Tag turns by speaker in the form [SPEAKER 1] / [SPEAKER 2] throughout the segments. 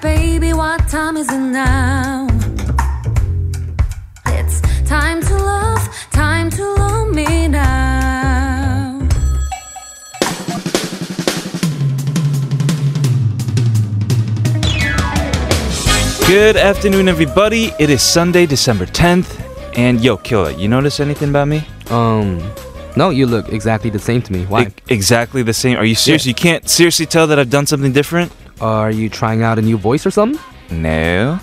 [SPEAKER 1] baby, what time is it now? It's time to love, time to love me now.
[SPEAKER 2] Good afternoon, everybody. It is Sunday, December 10th. And yo, Killa, you notice anything about me?
[SPEAKER 3] Um, no, you look exactly the same to me. Why?
[SPEAKER 2] E- exactly the same. Are you serious?
[SPEAKER 3] Yeah.
[SPEAKER 2] You can't seriously tell that I've done something different?
[SPEAKER 3] Are you trying out a new voice or something?
[SPEAKER 2] No.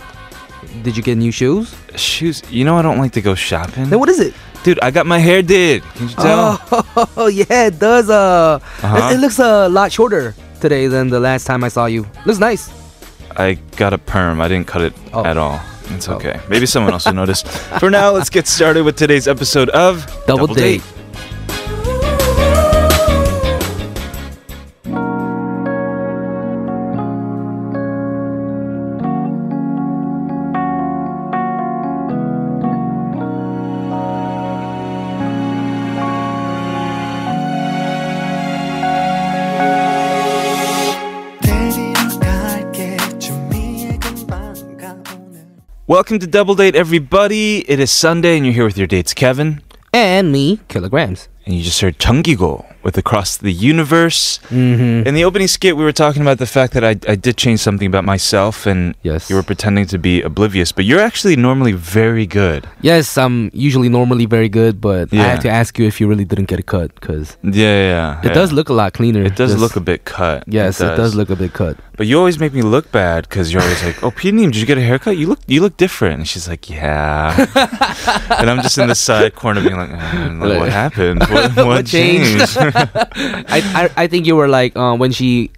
[SPEAKER 3] Did you get new shoes?
[SPEAKER 2] Shoes. You know I don't like to go shopping.
[SPEAKER 3] Then what is it?
[SPEAKER 2] Dude, I got my hair did. Can you tell?
[SPEAKER 3] Oh, yeah, it does. Uh, it-
[SPEAKER 2] Uh-huh.
[SPEAKER 3] it, looks a lot shorter today than the last time I saw you. Looks nice.
[SPEAKER 2] I got a perm. I didn't cut it
[SPEAKER 3] Oh.
[SPEAKER 2] at all. It's
[SPEAKER 3] Oh.
[SPEAKER 2] okay. Maybe someone else will notice. For now, let's get started with today's episode of
[SPEAKER 3] Double, date.
[SPEAKER 4] 데려갈게 준비해 금방 가보는
[SPEAKER 2] Welcome to Double Date, everybody. It is Sunday, and you're here with your dates, Kevin.
[SPEAKER 3] And me, kilograms.
[SPEAKER 2] And you just heard Chungigo with Across the Universe.
[SPEAKER 3] Mm-hmm.
[SPEAKER 2] In the opening skit, we were talking about the fact that I, I did change something about myself, and
[SPEAKER 3] Yes.
[SPEAKER 2] you were pretending to be oblivious, but you're actually normally very good.
[SPEAKER 3] Yes, I'm usually normally very good, but I
[SPEAKER 2] Yeah.
[SPEAKER 3] have to ask you if you really didn't get a cut because
[SPEAKER 2] Yeah, yeah.
[SPEAKER 3] it does look a lot cleaner.
[SPEAKER 2] It does
[SPEAKER 3] Just-
[SPEAKER 2] look a bit cut.
[SPEAKER 3] Yes, it does. look a bit cut.
[SPEAKER 2] But you always make me look bad because you're always like, "Oh, Pinim, did you get a haircut? You look, you look different." And she's like, "Yeah," and I'm just in the side corner being like, "Mm, like, "What happened? What, what,
[SPEAKER 3] changed?"
[SPEAKER 2] changed?"
[SPEAKER 3] I, I I think you were like uh, when she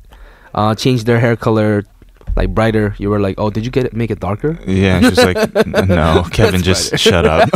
[SPEAKER 3] uh, changed their hair color like brighter. You were like, oh, did you get it make it darker?
[SPEAKER 2] yeah, and she's like, "No, Kevin, just shut up."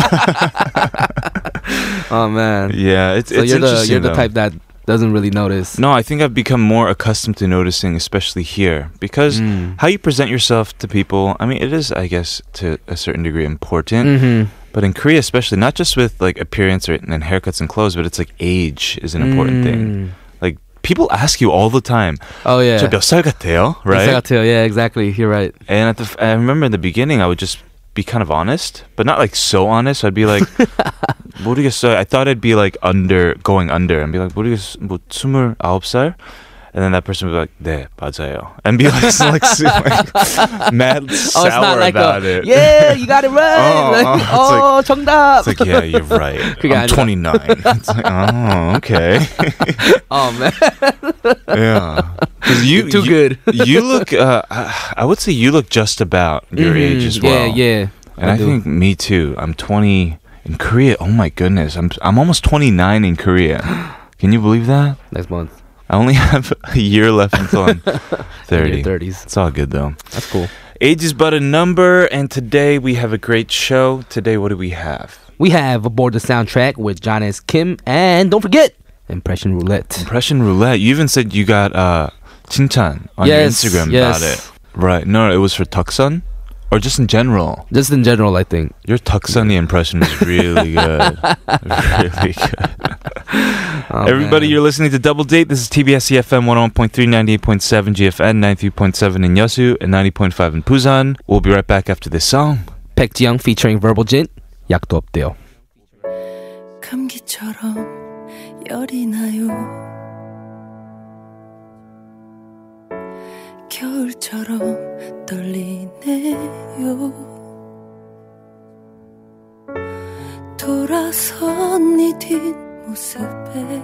[SPEAKER 3] Oh man,
[SPEAKER 2] yeah, it's
[SPEAKER 3] so
[SPEAKER 2] it's
[SPEAKER 3] you're the
[SPEAKER 2] interesting.
[SPEAKER 3] you're the
[SPEAKER 2] though.
[SPEAKER 3] type that doesn't really notice.
[SPEAKER 2] No, I think I've become more accustomed to noticing, especially here, because
[SPEAKER 3] Mm.
[SPEAKER 2] how you present yourself to people. I mean, it is, I guess, to a certain degree important.
[SPEAKER 3] Mm-hmm.
[SPEAKER 2] But in Korea, especially, not just with like appearance or, and haircuts and clothes, but it's like age is an important thing. Like people ask you all the time,
[SPEAKER 3] Mm. Oh Hmm. yeah,
[SPEAKER 2] "저 몇살 같아요?" Right?
[SPEAKER 3] Exactly. Yeah, exactly. You're right.
[SPEAKER 2] And at the, f- I remember in the beginning, I would just be kind of honest, but not like so honest. I'd be like, 모르겠어요. I thought I'd be like under, going under, and be like, 모르겠어, 뭐 29살? And then that person would be like, 네, 맞아요. And be like, so, like, so, like,
[SPEAKER 3] Oh,
[SPEAKER 2] mad sour about it.
[SPEAKER 3] a, yeah, you got it right.
[SPEAKER 2] Oh,
[SPEAKER 3] like,
[SPEAKER 2] oh, it's
[SPEAKER 3] oh, 정답.
[SPEAKER 2] It's like, yeah, you're right.
[SPEAKER 3] 그게
[SPEAKER 2] I'm
[SPEAKER 3] 아니라.
[SPEAKER 2] 29. It's like, oh, okay.
[SPEAKER 3] oh man,
[SPEAKER 2] yeah. 'Cause you,
[SPEAKER 3] too
[SPEAKER 2] you-
[SPEAKER 3] good.
[SPEAKER 2] you look, uh, I I would say you look just about your age as well.
[SPEAKER 3] Mm-hmm. Yeah, yeah.
[SPEAKER 2] And I,
[SPEAKER 3] do.
[SPEAKER 2] think me too. I'm 20 in Korea. Oh my goodness, I'm I'm almost 29 in Korea. Can you believe that?
[SPEAKER 3] next month,
[SPEAKER 2] I only have a year left until I'm
[SPEAKER 3] in
[SPEAKER 2] 30.
[SPEAKER 3] your 30s.
[SPEAKER 2] It's all good though.
[SPEAKER 3] That's cool.
[SPEAKER 2] Age is but a number, and today we have a great show. Today, what do we have?
[SPEAKER 3] We have aboard the soundtrack with John S. Kim, and don't forget impression roulette.
[SPEAKER 2] Impression roulette. You even said you got uh 칭찬 on
[SPEAKER 3] Yes,
[SPEAKER 2] your Instagram
[SPEAKER 3] yes.
[SPEAKER 2] about it. Right? No, it was for Tucson, or just in general.
[SPEAKER 3] Just in general, I think.
[SPEAKER 2] Your Tuxani impression is really good. really good.
[SPEAKER 3] Oh,
[SPEAKER 2] Everybody, you're listening to Double Date. This is TBS EFM 101.3, 98.7 GFN, 93.7 in Yasu, and 90.5 in Busan. We'll be right back after this song.
[SPEAKER 3] Peck Jiang featuring Verbal Jin, 약도 없대요.
[SPEAKER 1] 감기처럼 열이 나요. 겨울처럼 떨리네요. 돌아선 네 뒷모습에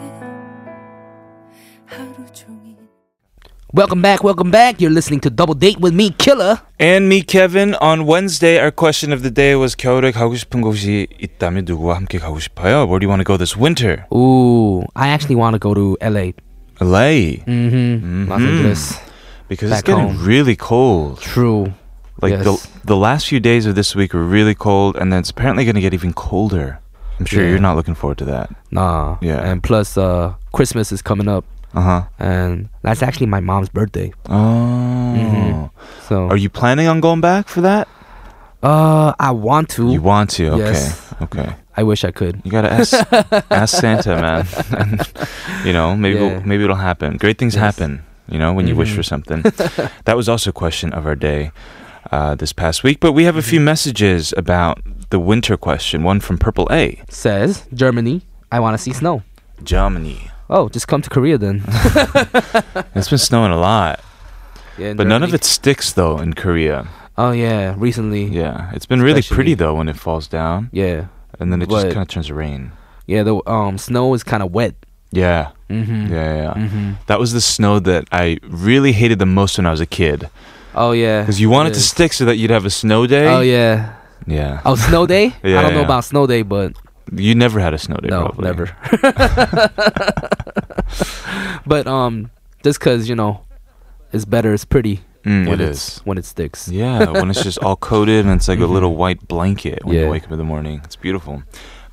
[SPEAKER 1] 하루 종일
[SPEAKER 3] Welcome back, welcome back. You're listening to Double Date with me, Killer.
[SPEAKER 2] And me, Kevin. On Wednesday, our question of the day was 겨울에 가고 싶은 곳이 있다면 누구와 함께 가고 싶어요? Where do you want to go this winter?
[SPEAKER 3] Ooh, I actually want to go to LA.
[SPEAKER 2] LA.
[SPEAKER 3] Mm-hmm. Los
[SPEAKER 2] Mhm.
[SPEAKER 3] Angeles.
[SPEAKER 2] Because it's
[SPEAKER 3] Back
[SPEAKER 2] getting
[SPEAKER 3] home.
[SPEAKER 2] really cold.
[SPEAKER 3] True.
[SPEAKER 2] Like
[SPEAKER 3] Yes.
[SPEAKER 2] the the last few days of this week were really cold, and then it's apparently going to get even colder. I'm sure
[SPEAKER 3] Yeah.
[SPEAKER 2] you're not looking forward to that.
[SPEAKER 3] Nah.
[SPEAKER 2] Yeah.
[SPEAKER 3] And plus, uh, Christmas is coming up,
[SPEAKER 2] Uh huh.
[SPEAKER 3] and that's actually my mom's birthday.
[SPEAKER 2] Oh.
[SPEAKER 3] Mhm. So,
[SPEAKER 2] Are you planning on going back for that?
[SPEAKER 3] uh, I want to.
[SPEAKER 2] You want to? Okay.
[SPEAKER 3] Yes.
[SPEAKER 2] Okay.
[SPEAKER 3] I wish I could.
[SPEAKER 2] You gotta ask ask Santa, man. and, you know, maybe it'll,
[SPEAKER 3] Yeah.
[SPEAKER 2] maybe it'll happen. Great things
[SPEAKER 3] Yes.
[SPEAKER 2] happen. You know, when you wish
[SPEAKER 3] Mhm.
[SPEAKER 2] for something. that was also a question of our day. uh, this past week. But we have a few
[SPEAKER 3] Mm-hmm.
[SPEAKER 2] messages about the winter question. One from Purple A,
[SPEAKER 3] Says Germany. I want to see snow.
[SPEAKER 2] Germany.
[SPEAKER 3] Oh, just come to Korea then.
[SPEAKER 2] It's been snowing a lot,
[SPEAKER 3] yeah, in
[SPEAKER 2] but none of it
[SPEAKER 3] Germany.
[SPEAKER 2] sticks though in Korea.
[SPEAKER 3] Oh yeah, recently. Yeah.
[SPEAKER 2] Yeah, it's been really pretty
[SPEAKER 3] Especially-
[SPEAKER 2] though when it falls down,
[SPEAKER 3] Yeah.
[SPEAKER 2] and then it just
[SPEAKER 3] But-
[SPEAKER 2] kind of turns to rain.
[SPEAKER 3] the um snow is kind of wet.
[SPEAKER 2] Yeah, yeah,
[SPEAKER 3] Mhm.
[SPEAKER 2] yeah. yeah.
[SPEAKER 3] Mhm.
[SPEAKER 2] That was the snow that I really hated the most when I was a kid,
[SPEAKER 3] Oh yeah.
[SPEAKER 2] because you wanted to
[SPEAKER 3] is.
[SPEAKER 2] stick so that you'd have a snow day.
[SPEAKER 3] Oh yeah.
[SPEAKER 2] yeah.
[SPEAKER 3] Oh, snow day?
[SPEAKER 2] Yeah,
[SPEAKER 3] I don't know
[SPEAKER 2] yeah.
[SPEAKER 3] about snow day, but
[SPEAKER 2] You never had a snow day,
[SPEAKER 3] no,
[SPEAKER 2] probably.
[SPEAKER 3] never. but um, just cause you know, it's better. It's pretty
[SPEAKER 2] Mm,
[SPEAKER 3] when
[SPEAKER 2] it
[SPEAKER 3] it's
[SPEAKER 2] is.
[SPEAKER 3] when it sticks.
[SPEAKER 2] Yeah, when it's just all coated and it's like a little white blanket when you
[SPEAKER 3] Mm-hmm. Yeah.
[SPEAKER 2] wake up in the morning. It's beautiful.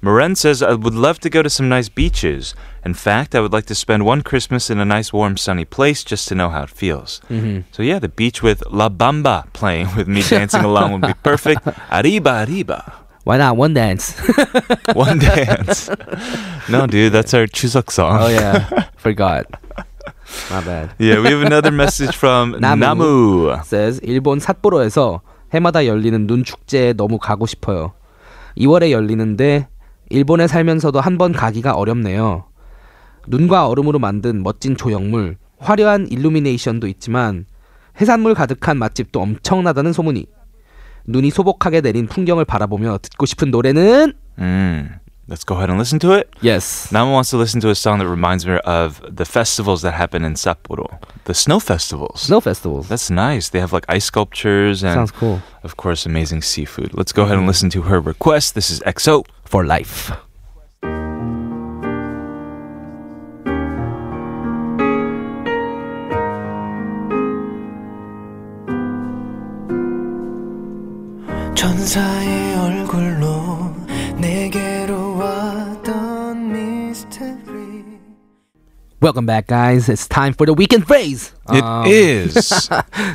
[SPEAKER 2] Maren says, I would love to go to some nice beaches. In fact, I would like to spend one Christmas in a nice, warm, sunny place just to know how it feels.
[SPEAKER 3] Mm-hmm.
[SPEAKER 2] So, yeah, the beach with La Bamba playing with me dancing along would be perfect. Arriba, arriba.
[SPEAKER 3] Why not one dance?
[SPEAKER 2] One dance. No, dude, that's our Chuseok song.
[SPEAKER 3] oh yeah, forgot. My bad.
[SPEAKER 2] Yeah, we have another message from
[SPEAKER 3] Namu.
[SPEAKER 2] Namu.
[SPEAKER 3] says 일본 삿포로에서 해마다 열리는 눈 축제에 너무 가고 싶어요. 2월에 열리는데 일본에 살면서도 한 번 가기가 어렵네요. 눈과 얼음으로 만든 멋진 조형물, 화려한 일루미네이션도 있지만 해산물 가득한 맛집도 엄청나다는 소문이. 눈이 소복하게 내린 풍경을 바라보며 듣고 싶은 노래는
[SPEAKER 2] Mm. Let's go ahead and listen to it.
[SPEAKER 3] Yes.
[SPEAKER 2] Nama wants to listen to a song that reminds me of the festivals that happen in Sapporo, the snow festivals.
[SPEAKER 3] Snow Festival.
[SPEAKER 2] That's nice. They have like ice sculptures and,
[SPEAKER 3] Sounds cool.
[SPEAKER 2] of course, amazing seafood. Let's go ahead and listen to her request. This is EXO.
[SPEAKER 3] For life.
[SPEAKER 4] 천사의 얼굴로 내게로 왔던 미스터리
[SPEAKER 3] Welcome back guys. It's time for the weekend phrase. Um,
[SPEAKER 2] it is.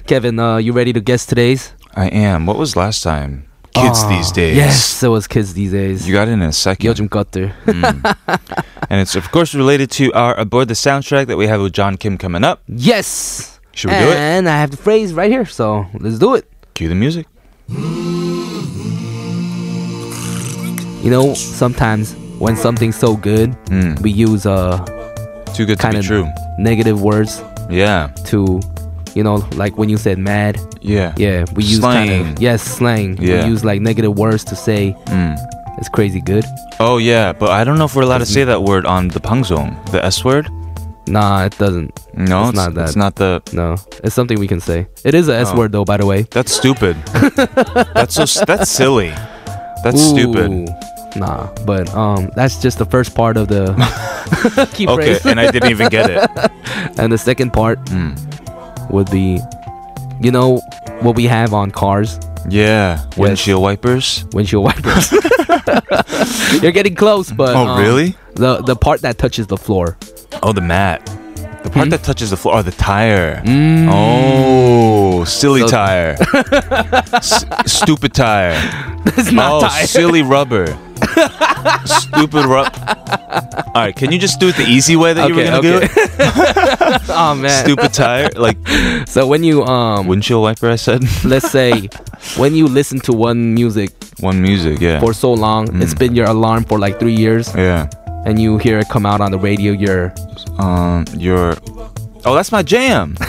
[SPEAKER 3] Kevin, uh, you ready to guess today's?
[SPEAKER 2] I am. What was last time? Kids these days.
[SPEAKER 3] Yes, it was kids these days.
[SPEAKER 2] You got it in a second.
[SPEAKER 3] 요즘 것들.
[SPEAKER 2] Hmm. and it's, of course, related to our Aboard the soundtrack that we have with John Kim coming up.
[SPEAKER 3] Yes.
[SPEAKER 2] Should we do it?
[SPEAKER 3] And I have the phrase right here, so let's do it.
[SPEAKER 2] Cue the music.
[SPEAKER 3] You know, sometimes when something's so good,
[SPEAKER 2] Mm.
[SPEAKER 3] we use uh
[SPEAKER 2] Too good
[SPEAKER 3] kind
[SPEAKER 2] to
[SPEAKER 3] of
[SPEAKER 2] be true.
[SPEAKER 3] negative words
[SPEAKER 2] Yeah.
[SPEAKER 3] to, you know, like when you said mad.
[SPEAKER 2] Yeah.
[SPEAKER 3] Yeah, we use kind
[SPEAKER 2] Slang.
[SPEAKER 3] of yes slang.
[SPEAKER 2] Yeah.
[SPEAKER 3] We use like negative words to say
[SPEAKER 2] Mm.
[SPEAKER 3] it's crazy good.
[SPEAKER 2] Oh, yeah. But I don't know if we're allowed to say that word on the Pangzong, the S word.
[SPEAKER 3] Nah, it doesn't.
[SPEAKER 2] No,
[SPEAKER 3] It's not that.
[SPEAKER 2] It's not the.
[SPEAKER 3] No, it's something we can say. It is a S
[SPEAKER 2] Oh.
[SPEAKER 3] word though, by the way.
[SPEAKER 2] That's stupid. that's so. s- That's silly. That's stupid.
[SPEAKER 3] Ooh. Nah, but um, that's just the first part of the key
[SPEAKER 2] Okay,
[SPEAKER 3] phrase,
[SPEAKER 2] and I didn't even get it.
[SPEAKER 3] and the second part hmm, would be, you know, what we have on cars
[SPEAKER 2] Yeah, windshield wipers.
[SPEAKER 3] windshield wipers. You're getting close, but
[SPEAKER 2] Oh,
[SPEAKER 3] um,
[SPEAKER 2] really?
[SPEAKER 3] The the part that touches the floor.
[SPEAKER 2] Oh, the mat. The part
[SPEAKER 3] Hmm? Mm.
[SPEAKER 2] that touches the floor. Oh, the tire. Oh, silly
[SPEAKER 3] So-
[SPEAKER 2] tire. S- stupid tire.
[SPEAKER 3] It's not
[SPEAKER 2] oh,
[SPEAKER 3] tire.
[SPEAKER 2] silly rubber. stupid rubber. All right, can you just do it the easy way that you were
[SPEAKER 3] Okay,
[SPEAKER 2] gonna do it?
[SPEAKER 3] oh man.
[SPEAKER 2] Stupid tire, like
[SPEAKER 3] So when you um,
[SPEAKER 2] windshield wiper. I said
[SPEAKER 3] let's say when you listen to one music
[SPEAKER 2] one music. Yeah.
[SPEAKER 3] for so long, it's
[SPEAKER 2] Mm.
[SPEAKER 3] been your alarm for like three years,
[SPEAKER 2] yeah.
[SPEAKER 3] and you hear it come out on the radio. You're
[SPEAKER 2] Um, your. Oh, that's my jam.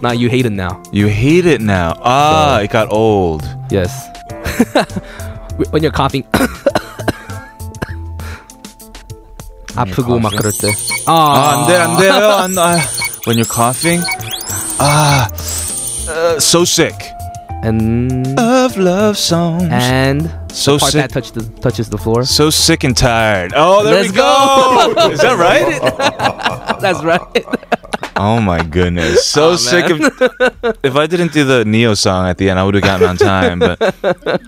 [SPEAKER 3] now you hate it now.
[SPEAKER 2] You hate it now. Ah, it got old.
[SPEAKER 3] Yes. when you're coughing. 아프고 막 그럴 때. Ah,
[SPEAKER 2] 아, 안 돼, 안 돼요. 안, 아. oh, When you're coughing, ah, uh, so sick.
[SPEAKER 3] And
[SPEAKER 2] Of love songs.
[SPEAKER 3] and
[SPEAKER 2] so
[SPEAKER 3] Eh, part
[SPEAKER 2] sick.
[SPEAKER 3] that touch the, touches the floor.
[SPEAKER 2] So sick and tired. Oh, there we
[SPEAKER 3] Let's
[SPEAKER 2] go. Is that right?
[SPEAKER 3] That's right.
[SPEAKER 2] oh my goodness. So sick of. If I didn't do the Neo song at the end, I would have gotten on time. But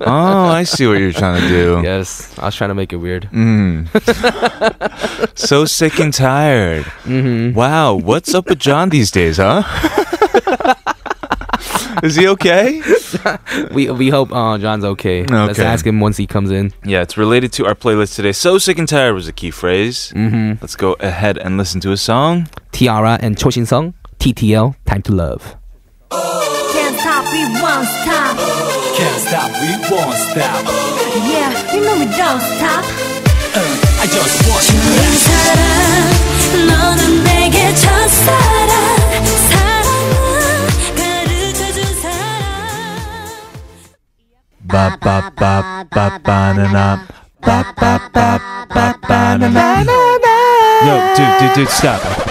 [SPEAKER 2] oh, I see what you're trying to do.
[SPEAKER 3] yes, I was trying to make it weird.
[SPEAKER 2] Mm. so sick and tired.
[SPEAKER 3] Mm-hmm.
[SPEAKER 2] Wow, what's up with John these days, huh? Is he okay?
[SPEAKER 3] We we hope uh, John's okay. Let's
[SPEAKER 2] Okay.
[SPEAKER 3] ask him once he comes in.
[SPEAKER 2] Yeah, it's related to our playlist today. So sick and tired was a key phrase.
[SPEAKER 3] Mm-hmm.
[SPEAKER 2] Let's go ahead and listen to a song.
[SPEAKER 3] Tiara and Cho Shin Sung, TTL, Time to Love.
[SPEAKER 1] Can't stop we won't stop.
[SPEAKER 5] Can't stop, we won't stop.
[SPEAKER 1] Yeah, you know we don't stop.
[SPEAKER 5] Uh, I just want you.
[SPEAKER 1] 내 사랑, 너는 내게 첫사랑. 사랑을 가르쳐준 사람.
[SPEAKER 6] Ba-ba-ba-ba-ba-na-na. Ba-ba-ba-ba-ba-na-na.
[SPEAKER 2] Yo, dude, dude, dude, stop.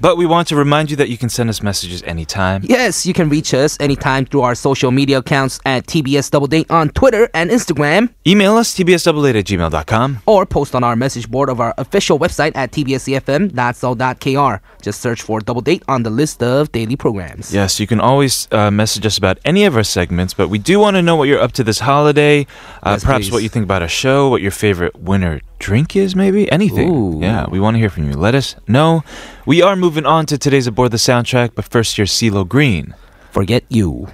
[SPEAKER 2] But we want to remind you that you can send us messages anytime.
[SPEAKER 3] Yes, you can reach us anytime through our social media accounts at TBS Double Date on Twitter and Instagram,
[SPEAKER 2] Email us, tbsdouble at gmail.com.
[SPEAKER 3] or post on our message board of our official website at tbscfm.so.kr. Just search for Double Date on the list of daily programs.
[SPEAKER 2] Yes, you can always uh, message us about any of our segments, but we do want to know what you're up to this holiday. Uh,
[SPEAKER 3] Yes,
[SPEAKER 2] perhaps
[SPEAKER 3] please.
[SPEAKER 2] what you think about a show, what your favorite winter drink is, maybe anything.
[SPEAKER 3] Ooh.
[SPEAKER 2] Yeah, we want to hear from you. Let us know. We are moving on to today's Aboard the Soundtrack, but first, here's CeeLo Green.
[SPEAKER 3] Forget you.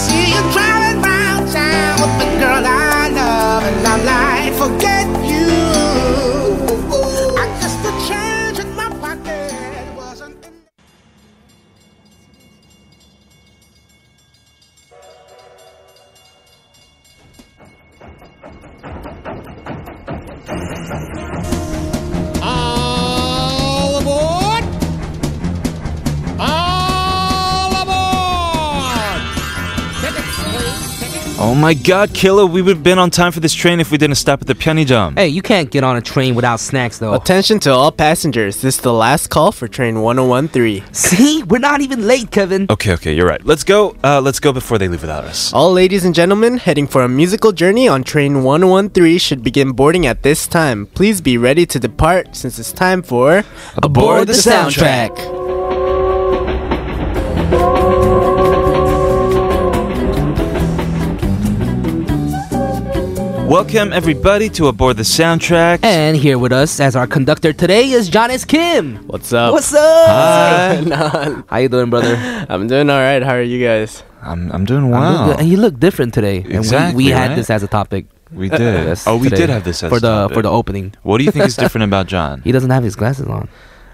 [SPEAKER 7] See you driving round town with the girl I love, and I'm like, forget you. I guess the change in my pocket wasn't enough. All aboard! All aboard! Tickets, please. Tickets.
[SPEAKER 2] Oh my God, Killer, we would have been on time for this train if we didn't stop at the Pyongyang.
[SPEAKER 3] Hey, you can't get on a train without snacks, though.
[SPEAKER 8] Attention to all passengers. This is the last call for train 1013.
[SPEAKER 3] See, we're not even late, Kevin.
[SPEAKER 2] Okay, okay, you're right. Let's go. Uh, let's go before they leave without us.
[SPEAKER 8] All ladies and gentlemen heading for a musical journey on train 1013 should begin boarding at this time. Please be ready to depart since it's time for
[SPEAKER 2] Aboard the Soundtrack. Welcome everybody to Aboard the Soundtrack.
[SPEAKER 3] And here with us as our conductor today is John S. Kim.
[SPEAKER 8] What's up?
[SPEAKER 3] What's up?
[SPEAKER 2] Uh,
[SPEAKER 8] up?
[SPEAKER 3] How you doing, brother?
[SPEAKER 8] I'm doing all right. How are you guys?
[SPEAKER 2] I'm I'm doing
[SPEAKER 3] You
[SPEAKER 2] well.
[SPEAKER 3] look good. And you look different today. and we,
[SPEAKER 2] Exactly,
[SPEAKER 3] we had
[SPEAKER 2] right?
[SPEAKER 3] this as a topic.
[SPEAKER 2] We did.
[SPEAKER 3] Yes,
[SPEAKER 2] oh, we
[SPEAKER 3] today.
[SPEAKER 2] did have this as
[SPEAKER 3] for the
[SPEAKER 2] topic.
[SPEAKER 3] for the opening.
[SPEAKER 2] What do you think is different about John?
[SPEAKER 3] He doesn't have his glasses on.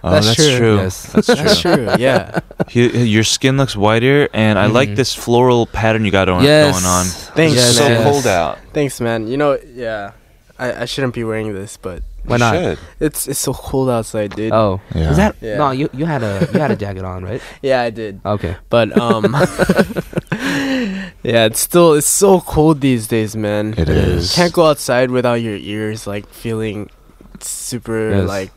[SPEAKER 2] Oh,
[SPEAKER 8] That's
[SPEAKER 2] that's
[SPEAKER 8] true.
[SPEAKER 2] true.
[SPEAKER 3] Yes.
[SPEAKER 2] That's true.
[SPEAKER 8] That's true. Yeah.
[SPEAKER 2] He- he- your skin looks whiter, and I like this floral pattern you got on,
[SPEAKER 3] Mm-hmm. yes.
[SPEAKER 2] going on.
[SPEAKER 8] Thanks,
[SPEAKER 2] It's
[SPEAKER 8] Yes,
[SPEAKER 2] so
[SPEAKER 8] yes.
[SPEAKER 2] cold out.
[SPEAKER 8] Thanks, man. You know, yeah. I, I shouldn't be wearing this, but
[SPEAKER 3] Why
[SPEAKER 2] You
[SPEAKER 3] not?
[SPEAKER 2] should.
[SPEAKER 8] it's it's so cold outside, dude.
[SPEAKER 3] Oh,
[SPEAKER 2] Yeah.
[SPEAKER 3] is that
[SPEAKER 8] Yeah.
[SPEAKER 3] no? You you had a you had a jacket on, right?
[SPEAKER 8] Yeah, I did.
[SPEAKER 3] Okay.
[SPEAKER 8] But um Yeah, it's still it's so cold these days, man.
[SPEAKER 2] It is.
[SPEAKER 8] Can't go outside without your ears like feeling super
[SPEAKER 3] Yes.
[SPEAKER 8] like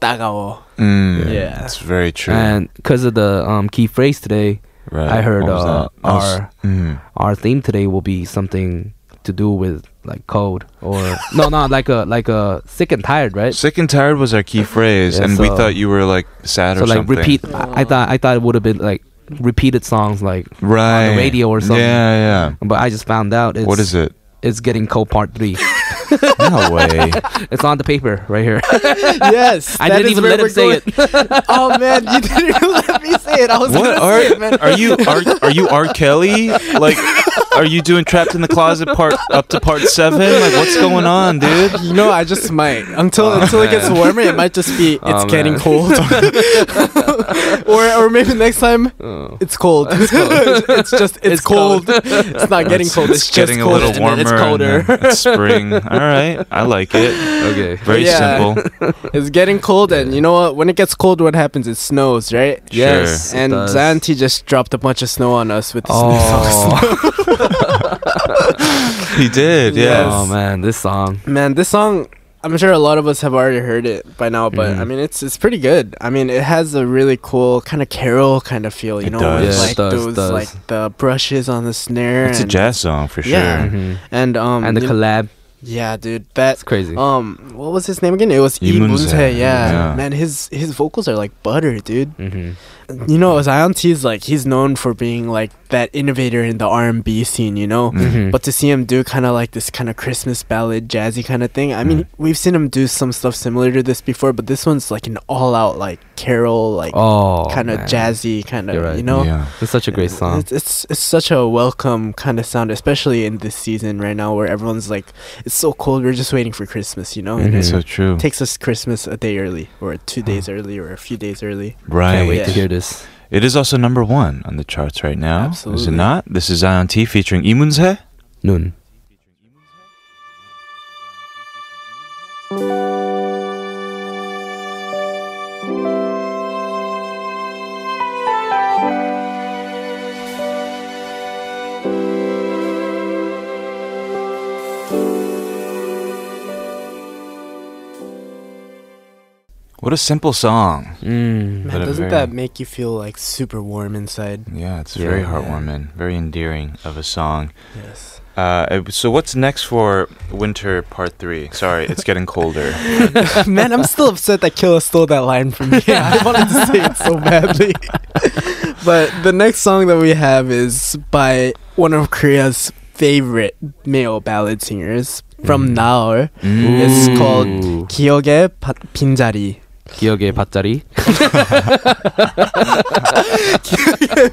[SPEAKER 8] tagawo.
[SPEAKER 2] Mm,
[SPEAKER 8] Yeah.
[SPEAKER 2] it's very true.
[SPEAKER 3] And because of the um, key phrase today,
[SPEAKER 2] Right.
[SPEAKER 3] I heard
[SPEAKER 2] What was
[SPEAKER 3] uh,
[SPEAKER 2] that? I was-
[SPEAKER 3] our
[SPEAKER 2] Mm.
[SPEAKER 3] our theme today will be something to do with like cold or no no like a like a sick and tired, right?
[SPEAKER 2] Sick and tired was our key phrase,
[SPEAKER 3] Yeah,
[SPEAKER 2] and we
[SPEAKER 3] so-
[SPEAKER 2] thought you were like sad or
[SPEAKER 3] so like
[SPEAKER 2] something.
[SPEAKER 3] repeat. I, I thought I thought it would have been like repeated songs like,
[SPEAKER 2] right
[SPEAKER 3] radio or something.
[SPEAKER 2] Yeah,
[SPEAKER 3] but I just found out
[SPEAKER 2] yeah.
[SPEAKER 3] it's
[SPEAKER 2] what is it?
[SPEAKER 3] It's getting cold part three.
[SPEAKER 2] No way.
[SPEAKER 3] it's on the paper right here.
[SPEAKER 8] yes.
[SPEAKER 3] I
[SPEAKER 8] that
[SPEAKER 3] didn't
[SPEAKER 8] is
[SPEAKER 3] even let
[SPEAKER 8] where
[SPEAKER 3] him
[SPEAKER 8] we're
[SPEAKER 3] say
[SPEAKER 8] going. oh man, you didn't even let me say it. I was
[SPEAKER 2] what
[SPEAKER 8] gonna
[SPEAKER 2] are
[SPEAKER 8] say it, man.
[SPEAKER 2] are you are, are you R Kelly? Like, are you doing Trapped in the Closet part up to part seven? Like, what's going on, dude?
[SPEAKER 8] you know, I just might until
[SPEAKER 2] Oh,
[SPEAKER 8] until it gets
[SPEAKER 2] man.
[SPEAKER 8] warmer. It might just be
[SPEAKER 3] Oh,
[SPEAKER 8] it's getting
[SPEAKER 3] man.
[SPEAKER 8] cold, or or maybe next time
[SPEAKER 2] Oh.
[SPEAKER 8] it's cold. It's, just
[SPEAKER 3] It's
[SPEAKER 8] it's, cold.
[SPEAKER 3] cold.
[SPEAKER 8] It's not getting
[SPEAKER 2] It's-
[SPEAKER 8] cold. It's,
[SPEAKER 2] It's, getting a
[SPEAKER 8] just cold.
[SPEAKER 2] little warmer.
[SPEAKER 8] and It's
[SPEAKER 2] and
[SPEAKER 8] colder.
[SPEAKER 2] then It's spring. All right, I like it.
[SPEAKER 3] okay.
[SPEAKER 2] Very
[SPEAKER 8] Yeah.
[SPEAKER 2] simple.
[SPEAKER 8] It's getting cold, and you know what? When it gets cold, what happens? It snows, right?
[SPEAKER 2] Yes,
[SPEAKER 3] it
[SPEAKER 8] And
[SPEAKER 3] does.
[SPEAKER 8] Zanti just dropped a bunch of snow on us with the snow.
[SPEAKER 3] Oh,
[SPEAKER 2] He did. Yeah.
[SPEAKER 8] Yes.
[SPEAKER 3] oh man, this song.
[SPEAKER 8] Man, this song. I'm sure a lot of us have already heard it by now,
[SPEAKER 2] Mm-hmm.
[SPEAKER 8] but I mean, it's it's pretty good. I mean, it has a really cool kind of carol kind of feel, you
[SPEAKER 2] It
[SPEAKER 8] know,
[SPEAKER 2] does.
[SPEAKER 8] with
[SPEAKER 2] Yeah,
[SPEAKER 8] like
[SPEAKER 3] it does,
[SPEAKER 8] those
[SPEAKER 3] does.
[SPEAKER 8] like the brushes on the snare.
[SPEAKER 2] It's a
[SPEAKER 8] and-
[SPEAKER 2] jazz song for sure.
[SPEAKER 8] Yeah.
[SPEAKER 3] Mhm.
[SPEAKER 8] And um
[SPEAKER 3] and the
[SPEAKER 8] you-
[SPEAKER 3] collab.
[SPEAKER 8] yeah, dude, that
[SPEAKER 3] It's crazy.
[SPEAKER 8] um what was his name again? It was
[SPEAKER 2] Lee
[SPEAKER 8] Lee
[SPEAKER 2] Moon-se.
[SPEAKER 8] Moon-se, Yeah.
[SPEAKER 2] Yeah.
[SPEAKER 8] man, his his vocals are like butter, dude.
[SPEAKER 3] Mhm.
[SPEAKER 8] You know, Zion T's like he's known for being like that innovator in the R and B scene, you know.
[SPEAKER 3] Mhm.
[SPEAKER 8] But to see him do kind of like this kind of Christmas ballad, jazzy kind of thing. I mean,
[SPEAKER 3] Hmm.
[SPEAKER 8] we've seen him do some stuff similar to this before, but this one's like an all-out like carol, like
[SPEAKER 3] oh,
[SPEAKER 8] kind
[SPEAKER 3] man.
[SPEAKER 8] of jazzy kind of,
[SPEAKER 3] You're right.
[SPEAKER 8] you know.
[SPEAKER 2] Yeah.
[SPEAKER 3] It's such a great song.
[SPEAKER 8] It's, it's it's such a welcome kind of sound, especially in this season right now where everyone's like, it's so cold. We're just waiting for Christmas, you know.
[SPEAKER 3] Mm-hmm.
[SPEAKER 8] And
[SPEAKER 2] It's so
[SPEAKER 8] it
[SPEAKER 2] true.
[SPEAKER 8] takes us Christmas a day early, or two
[SPEAKER 3] Hmm.
[SPEAKER 8] days early, or a few days early.
[SPEAKER 2] right.
[SPEAKER 3] Can't wait
[SPEAKER 8] yeah.
[SPEAKER 3] to hear this.
[SPEAKER 2] It is also number one on the charts right now. Is it
[SPEAKER 8] Absolutely.
[SPEAKER 2] not? This is Zion T featuring Imunze.
[SPEAKER 3] 눈.
[SPEAKER 2] What a simple song.
[SPEAKER 3] 음.
[SPEAKER 8] Man,
[SPEAKER 2] But a
[SPEAKER 8] doesn't
[SPEAKER 2] very-
[SPEAKER 8] that make you feel like super warm inside?
[SPEAKER 2] Yeah, it's
[SPEAKER 3] Yeah.
[SPEAKER 2] very heartwarming, very endearing of a song.
[SPEAKER 8] Yes.
[SPEAKER 2] Uh, it- so what's next for winter part three? Sorry, it's getting colder.
[SPEAKER 8] Man, I'm still upset that Killa stole that line from me. I wanted to say it so badly. but the next song that we have is by one of Korea's favorite male ballad singers from Naor.
[SPEAKER 2] Mm,
[SPEAKER 8] It's called
[SPEAKER 3] Ooh.
[SPEAKER 8] 기억의 바- 빈자리.
[SPEAKER 3] 기억의 밧자리.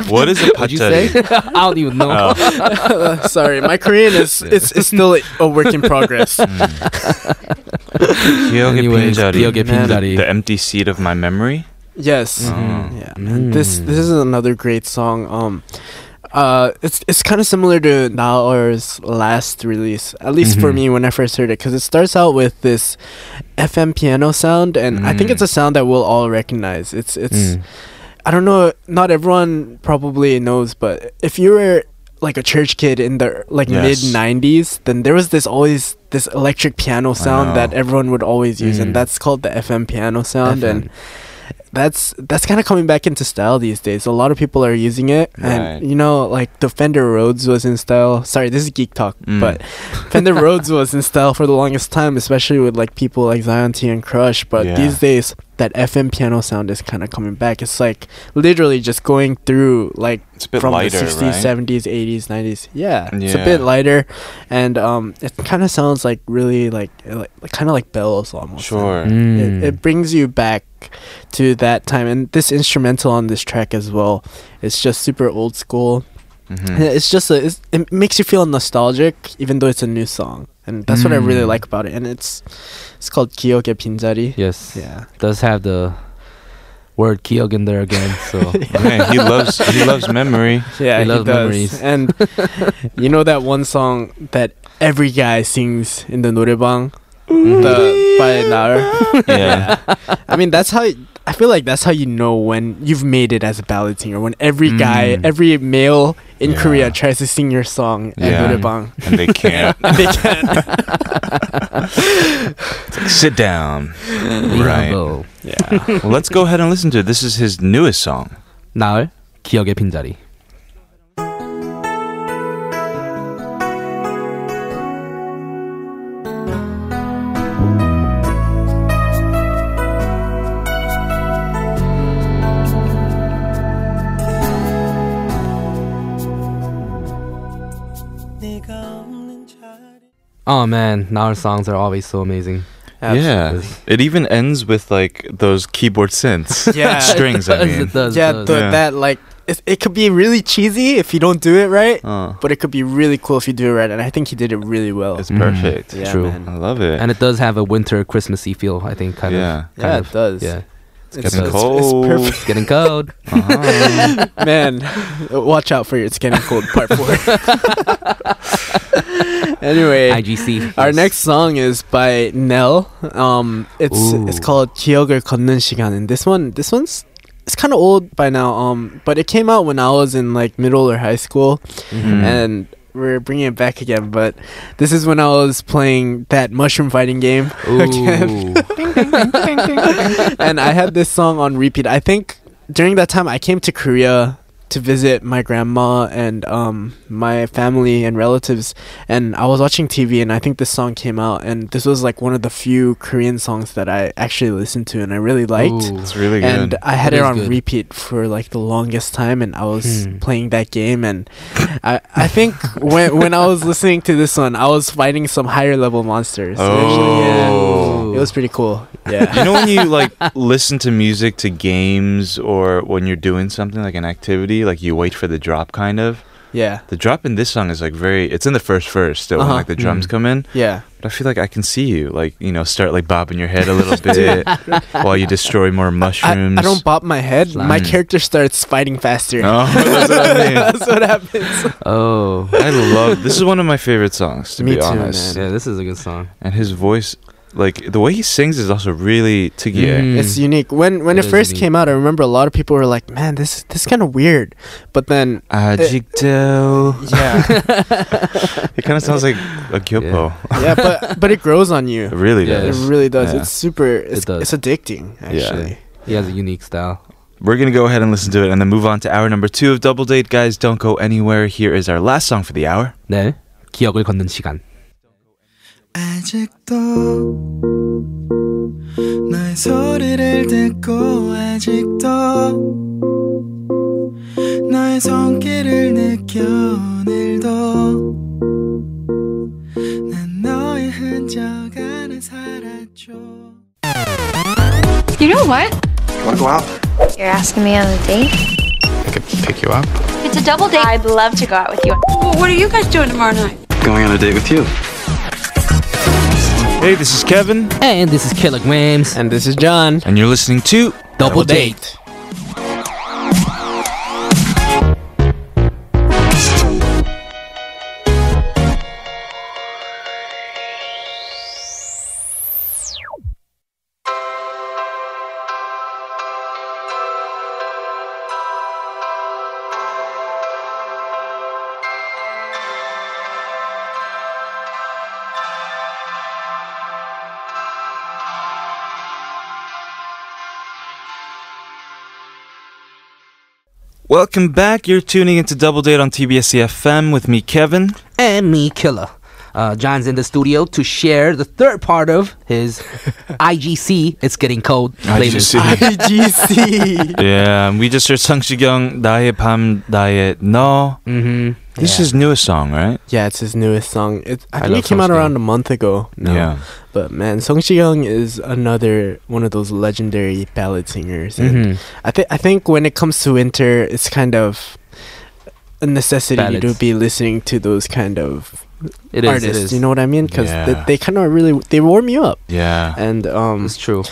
[SPEAKER 2] what is a Oh, hmm.
[SPEAKER 3] Would you say?
[SPEAKER 2] patari?
[SPEAKER 3] I don't even know.
[SPEAKER 8] Uh, Sorry, my Korean is it's, it's still a work in progress.
[SPEAKER 2] 기억의
[SPEAKER 3] Anyways,
[SPEAKER 2] 빈자리.
[SPEAKER 3] 기억의
[SPEAKER 2] Man,
[SPEAKER 3] 빈자리.
[SPEAKER 2] The empty seat of my memory.
[SPEAKER 8] Yes.
[SPEAKER 2] Mhm.
[SPEAKER 8] Yeah. man. This this is another great song. Um uh it's it's kind of similar to Naor's last release. At least for me when I first heard it cuz it starts out with this FM piano sound and I think
[SPEAKER 2] Mm.
[SPEAKER 8] it's a sound that we'll all recognize. It's
[SPEAKER 3] Mm.
[SPEAKER 8] it's I don't know not everyone probably knows but if you were like a church kid in the like
[SPEAKER 2] Yes.
[SPEAKER 8] mid 90s then there was this always this electric piano sound
[SPEAKER 2] know.
[SPEAKER 8] that everyone would always use
[SPEAKER 3] Mm.
[SPEAKER 8] and that's called the FM piano sound
[SPEAKER 3] FM.
[SPEAKER 8] and that's that's kind of coming back into style these days. A lot of people are using it,
[SPEAKER 2] Right.
[SPEAKER 8] and you know, like the Fender Rhodes was in style. Sorry, this is geek talk,
[SPEAKER 2] Mm.
[SPEAKER 8] but Fender Rhodes was in style for the longest time, especially with like people like Zion T and Crush. But
[SPEAKER 2] Yeah.
[SPEAKER 8] these days, that FM piano sound is kind of coming back. It's like literally just going through like
[SPEAKER 2] It's a bit
[SPEAKER 8] from
[SPEAKER 2] lighter,
[SPEAKER 8] the 60s,
[SPEAKER 2] right?
[SPEAKER 8] 70s, 80s, 90s. Yeah, it's a
[SPEAKER 2] Yeah.
[SPEAKER 8] bit lighter, and um, it kind of sounds like really like like kind of like bells almost.
[SPEAKER 2] Sure.
[SPEAKER 3] 음.
[SPEAKER 8] It, it brings you back to that time, and this instrumental on this track as well. It's just super old school.
[SPEAKER 2] Mhm.
[SPEAKER 8] It's just a, it's, it makes you feel nostalgic, even though it's a new song, and that's what I really
[SPEAKER 3] Mm.
[SPEAKER 8] like about it. And it's it's called Kiyoke Pinzari.
[SPEAKER 3] yes.
[SPEAKER 8] Yeah.
[SPEAKER 3] Does have the word 기억 in there again. So
[SPEAKER 2] Man, he loves he loves memory.
[SPEAKER 8] Yeah,
[SPEAKER 3] He
[SPEAKER 8] he,
[SPEAKER 3] loves
[SPEAKER 8] does.
[SPEAKER 3] memories.
[SPEAKER 8] And you know that one song that every guy sings in the 노래방,
[SPEAKER 3] Mm-hmm.
[SPEAKER 8] the by Naur.
[SPEAKER 2] Yeah.
[SPEAKER 8] I mean, that's how I feel like that's how you know when you've made it as a ballad singer. When every guy,
[SPEAKER 2] Mm.
[SPEAKER 8] every male in
[SPEAKER 2] Yeah.
[SPEAKER 8] Korea tries to sing your song at
[SPEAKER 2] Yeah.
[SPEAKER 8] 노래방.
[SPEAKER 2] and they can't.
[SPEAKER 8] They can't.
[SPEAKER 2] Sit down. Right.
[SPEAKER 3] 리하고
[SPEAKER 8] yeah.
[SPEAKER 2] Well, let's go ahead and listen to it. This is his newest song.
[SPEAKER 3] 나을 기억의 빈자리. Oh man, 나을 songs are always so amazing.
[SPEAKER 2] Yeah. It even ends with like those keyboard synths.
[SPEAKER 8] Yeah.
[SPEAKER 2] Strings, I mean.
[SPEAKER 3] it does.
[SPEAKER 8] Yeah,
[SPEAKER 3] it
[SPEAKER 8] the,
[SPEAKER 3] does.
[SPEAKER 2] Yeah.
[SPEAKER 8] that like it, it could be really cheesy if you don't do it right,
[SPEAKER 2] Oh,
[SPEAKER 8] but it could be really cool if you do it right. And I think he did it really well.
[SPEAKER 2] it's
[SPEAKER 3] Mm-hmm.
[SPEAKER 2] perfect.
[SPEAKER 8] yeah,
[SPEAKER 3] true.
[SPEAKER 8] man.
[SPEAKER 2] I love it.
[SPEAKER 3] and it does have a winter Christmassy feel. I think kind
[SPEAKER 2] Yeah.
[SPEAKER 3] of.
[SPEAKER 8] Yeah,
[SPEAKER 3] Kind
[SPEAKER 8] it does.
[SPEAKER 3] of. Yeah.
[SPEAKER 8] it's,
[SPEAKER 2] getting
[SPEAKER 8] it's- it's
[SPEAKER 2] cold.
[SPEAKER 8] perfect.
[SPEAKER 3] It's getting cold.
[SPEAKER 2] Uh-huh.
[SPEAKER 8] Man, watch out for your it's getting cold part four. anyway,
[SPEAKER 3] IGC.
[SPEAKER 8] our next song is by Nell. Um, it's
[SPEAKER 3] Ooh.
[SPEAKER 8] it's called 기억을 걷는 시간, and this one this one's it's kind of old by now. Um, but it came out when I was in like middle or high school,
[SPEAKER 2] Mhm.
[SPEAKER 8] and we're bringing it back again, but this is when I was playing that mushroom fighting game again,
[SPEAKER 3] Ooh.
[SPEAKER 8] and I had this song on repeat. I think during that time I came to Korea to visit my grandma and um, my family and relatives, and I was watching TV, and I think this song came out, and this was like one of the few Korean songs that I actually listened to, and I really liked.
[SPEAKER 3] Ooh.
[SPEAKER 2] It's really
[SPEAKER 8] and
[SPEAKER 2] good.
[SPEAKER 8] I had
[SPEAKER 3] That
[SPEAKER 8] it
[SPEAKER 3] is
[SPEAKER 8] on
[SPEAKER 3] good.
[SPEAKER 8] repeat for like the longest time, and I was
[SPEAKER 3] Hmm.
[SPEAKER 8] playing that game, and I I think when when I was listening to this one, I was fighting some higher level monsters. So
[SPEAKER 2] Oh.
[SPEAKER 8] yeah, it was pretty cool. Yeah,
[SPEAKER 2] you know when you like listen to music to games or when you're doing something like an activity, like you wait for the drop kind of.
[SPEAKER 8] yeah,
[SPEAKER 2] The drop in this song is like very it's in the first verse still when
[SPEAKER 8] Uh-huh.
[SPEAKER 2] like the
[SPEAKER 3] Mm.
[SPEAKER 2] drums come in.
[SPEAKER 8] yeah.
[SPEAKER 2] But I feel like I can see you like, you know, start like bobbing your head a little bit while you destroy more
[SPEAKER 8] I,
[SPEAKER 2] mushrooms.
[SPEAKER 8] I don't bop my head. My
[SPEAKER 2] Slime.
[SPEAKER 8] character starts fighting faster.
[SPEAKER 2] Oh, that's what I mean.
[SPEAKER 8] That's what happens.
[SPEAKER 3] Oh.
[SPEAKER 2] I love this is one of my favorite songs to be
[SPEAKER 8] Me too,
[SPEAKER 2] honest.
[SPEAKER 3] Yeah, this is a good song.
[SPEAKER 2] And his voice like the way he sings is also really
[SPEAKER 3] Mm.
[SPEAKER 2] 특이해.
[SPEAKER 8] It's unique. When when
[SPEAKER 3] It
[SPEAKER 8] it,
[SPEAKER 3] is
[SPEAKER 8] first
[SPEAKER 3] unique.
[SPEAKER 8] came out, I remember a lot of people were like, "Man, this this kind of weird," but then
[SPEAKER 2] 아직도
[SPEAKER 8] yeah,
[SPEAKER 2] It kind of sounds like a Gyopo.
[SPEAKER 8] yeah, but but it grows on you.
[SPEAKER 2] It really
[SPEAKER 3] Yeah.
[SPEAKER 2] does.
[SPEAKER 8] It really does.
[SPEAKER 2] Yeah.
[SPEAKER 8] It's super. It's,
[SPEAKER 3] does.
[SPEAKER 8] it's addicting, actually.
[SPEAKER 3] He has a unique style.
[SPEAKER 2] We're going to go ahead and listen to it and then move on to hour number two of Double Date. Guys, don't go anywhere. Here is our last song for the hour.
[SPEAKER 3] 네. 기억을 걷는 시간.
[SPEAKER 7] 아직도 너의 소리를 듣고 아직도 너의 손길을 느껴 오늘도 난 너의 흔적 안에 살았죠
[SPEAKER 9] You know what?
[SPEAKER 10] Want to go out?
[SPEAKER 9] You're asking me on a date?
[SPEAKER 10] I could pick you up.
[SPEAKER 9] It's a double date. I'd love to go out with you. what are you guys doing tomorrow night?
[SPEAKER 10] Going on a date with you.
[SPEAKER 2] Hey, this is Kevin,
[SPEAKER 3] And this is Killer Grams.
[SPEAKER 8] And this is John.
[SPEAKER 2] and you're listening to.
[SPEAKER 3] Double date.
[SPEAKER 2] Welcome back. You're tuning into Double Date on TBS EFM E with me, Kevin.
[SPEAKER 3] And me, Killer. Uh, John's in the studio to share the third part of his IGC. It's getting cold. playlist.
[SPEAKER 8] IGC.
[SPEAKER 2] yeah, and Um, we just heard Sung Shigyung, 나의 밤, 나의 너.
[SPEAKER 3] Mhm.
[SPEAKER 2] This is newest song, right?
[SPEAKER 8] yeah, it's his newest song. It, I think
[SPEAKER 2] love
[SPEAKER 8] it came out
[SPEAKER 2] Song
[SPEAKER 8] around a month ago. now.
[SPEAKER 2] Yeah.
[SPEAKER 8] But man, Song Young is another one of those legendary ballad singers.
[SPEAKER 2] Mm-hmm.
[SPEAKER 8] And
[SPEAKER 3] Mhm.
[SPEAKER 8] I think I think when it comes to winter, it's kind of a necessity to
[SPEAKER 3] Ballads.
[SPEAKER 8] be listening to those kind of
[SPEAKER 3] It is.
[SPEAKER 8] artists.
[SPEAKER 3] it is.
[SPEAKER 8] You know what I mean? Because
[SPEAKER 2] Yeah.
[SPEAKER 8] they, they kind of really they warm you up.
[SPEAKER 2] Yeah.
[SPEAKER 8] And um,
[SPEAKER 3] it's true.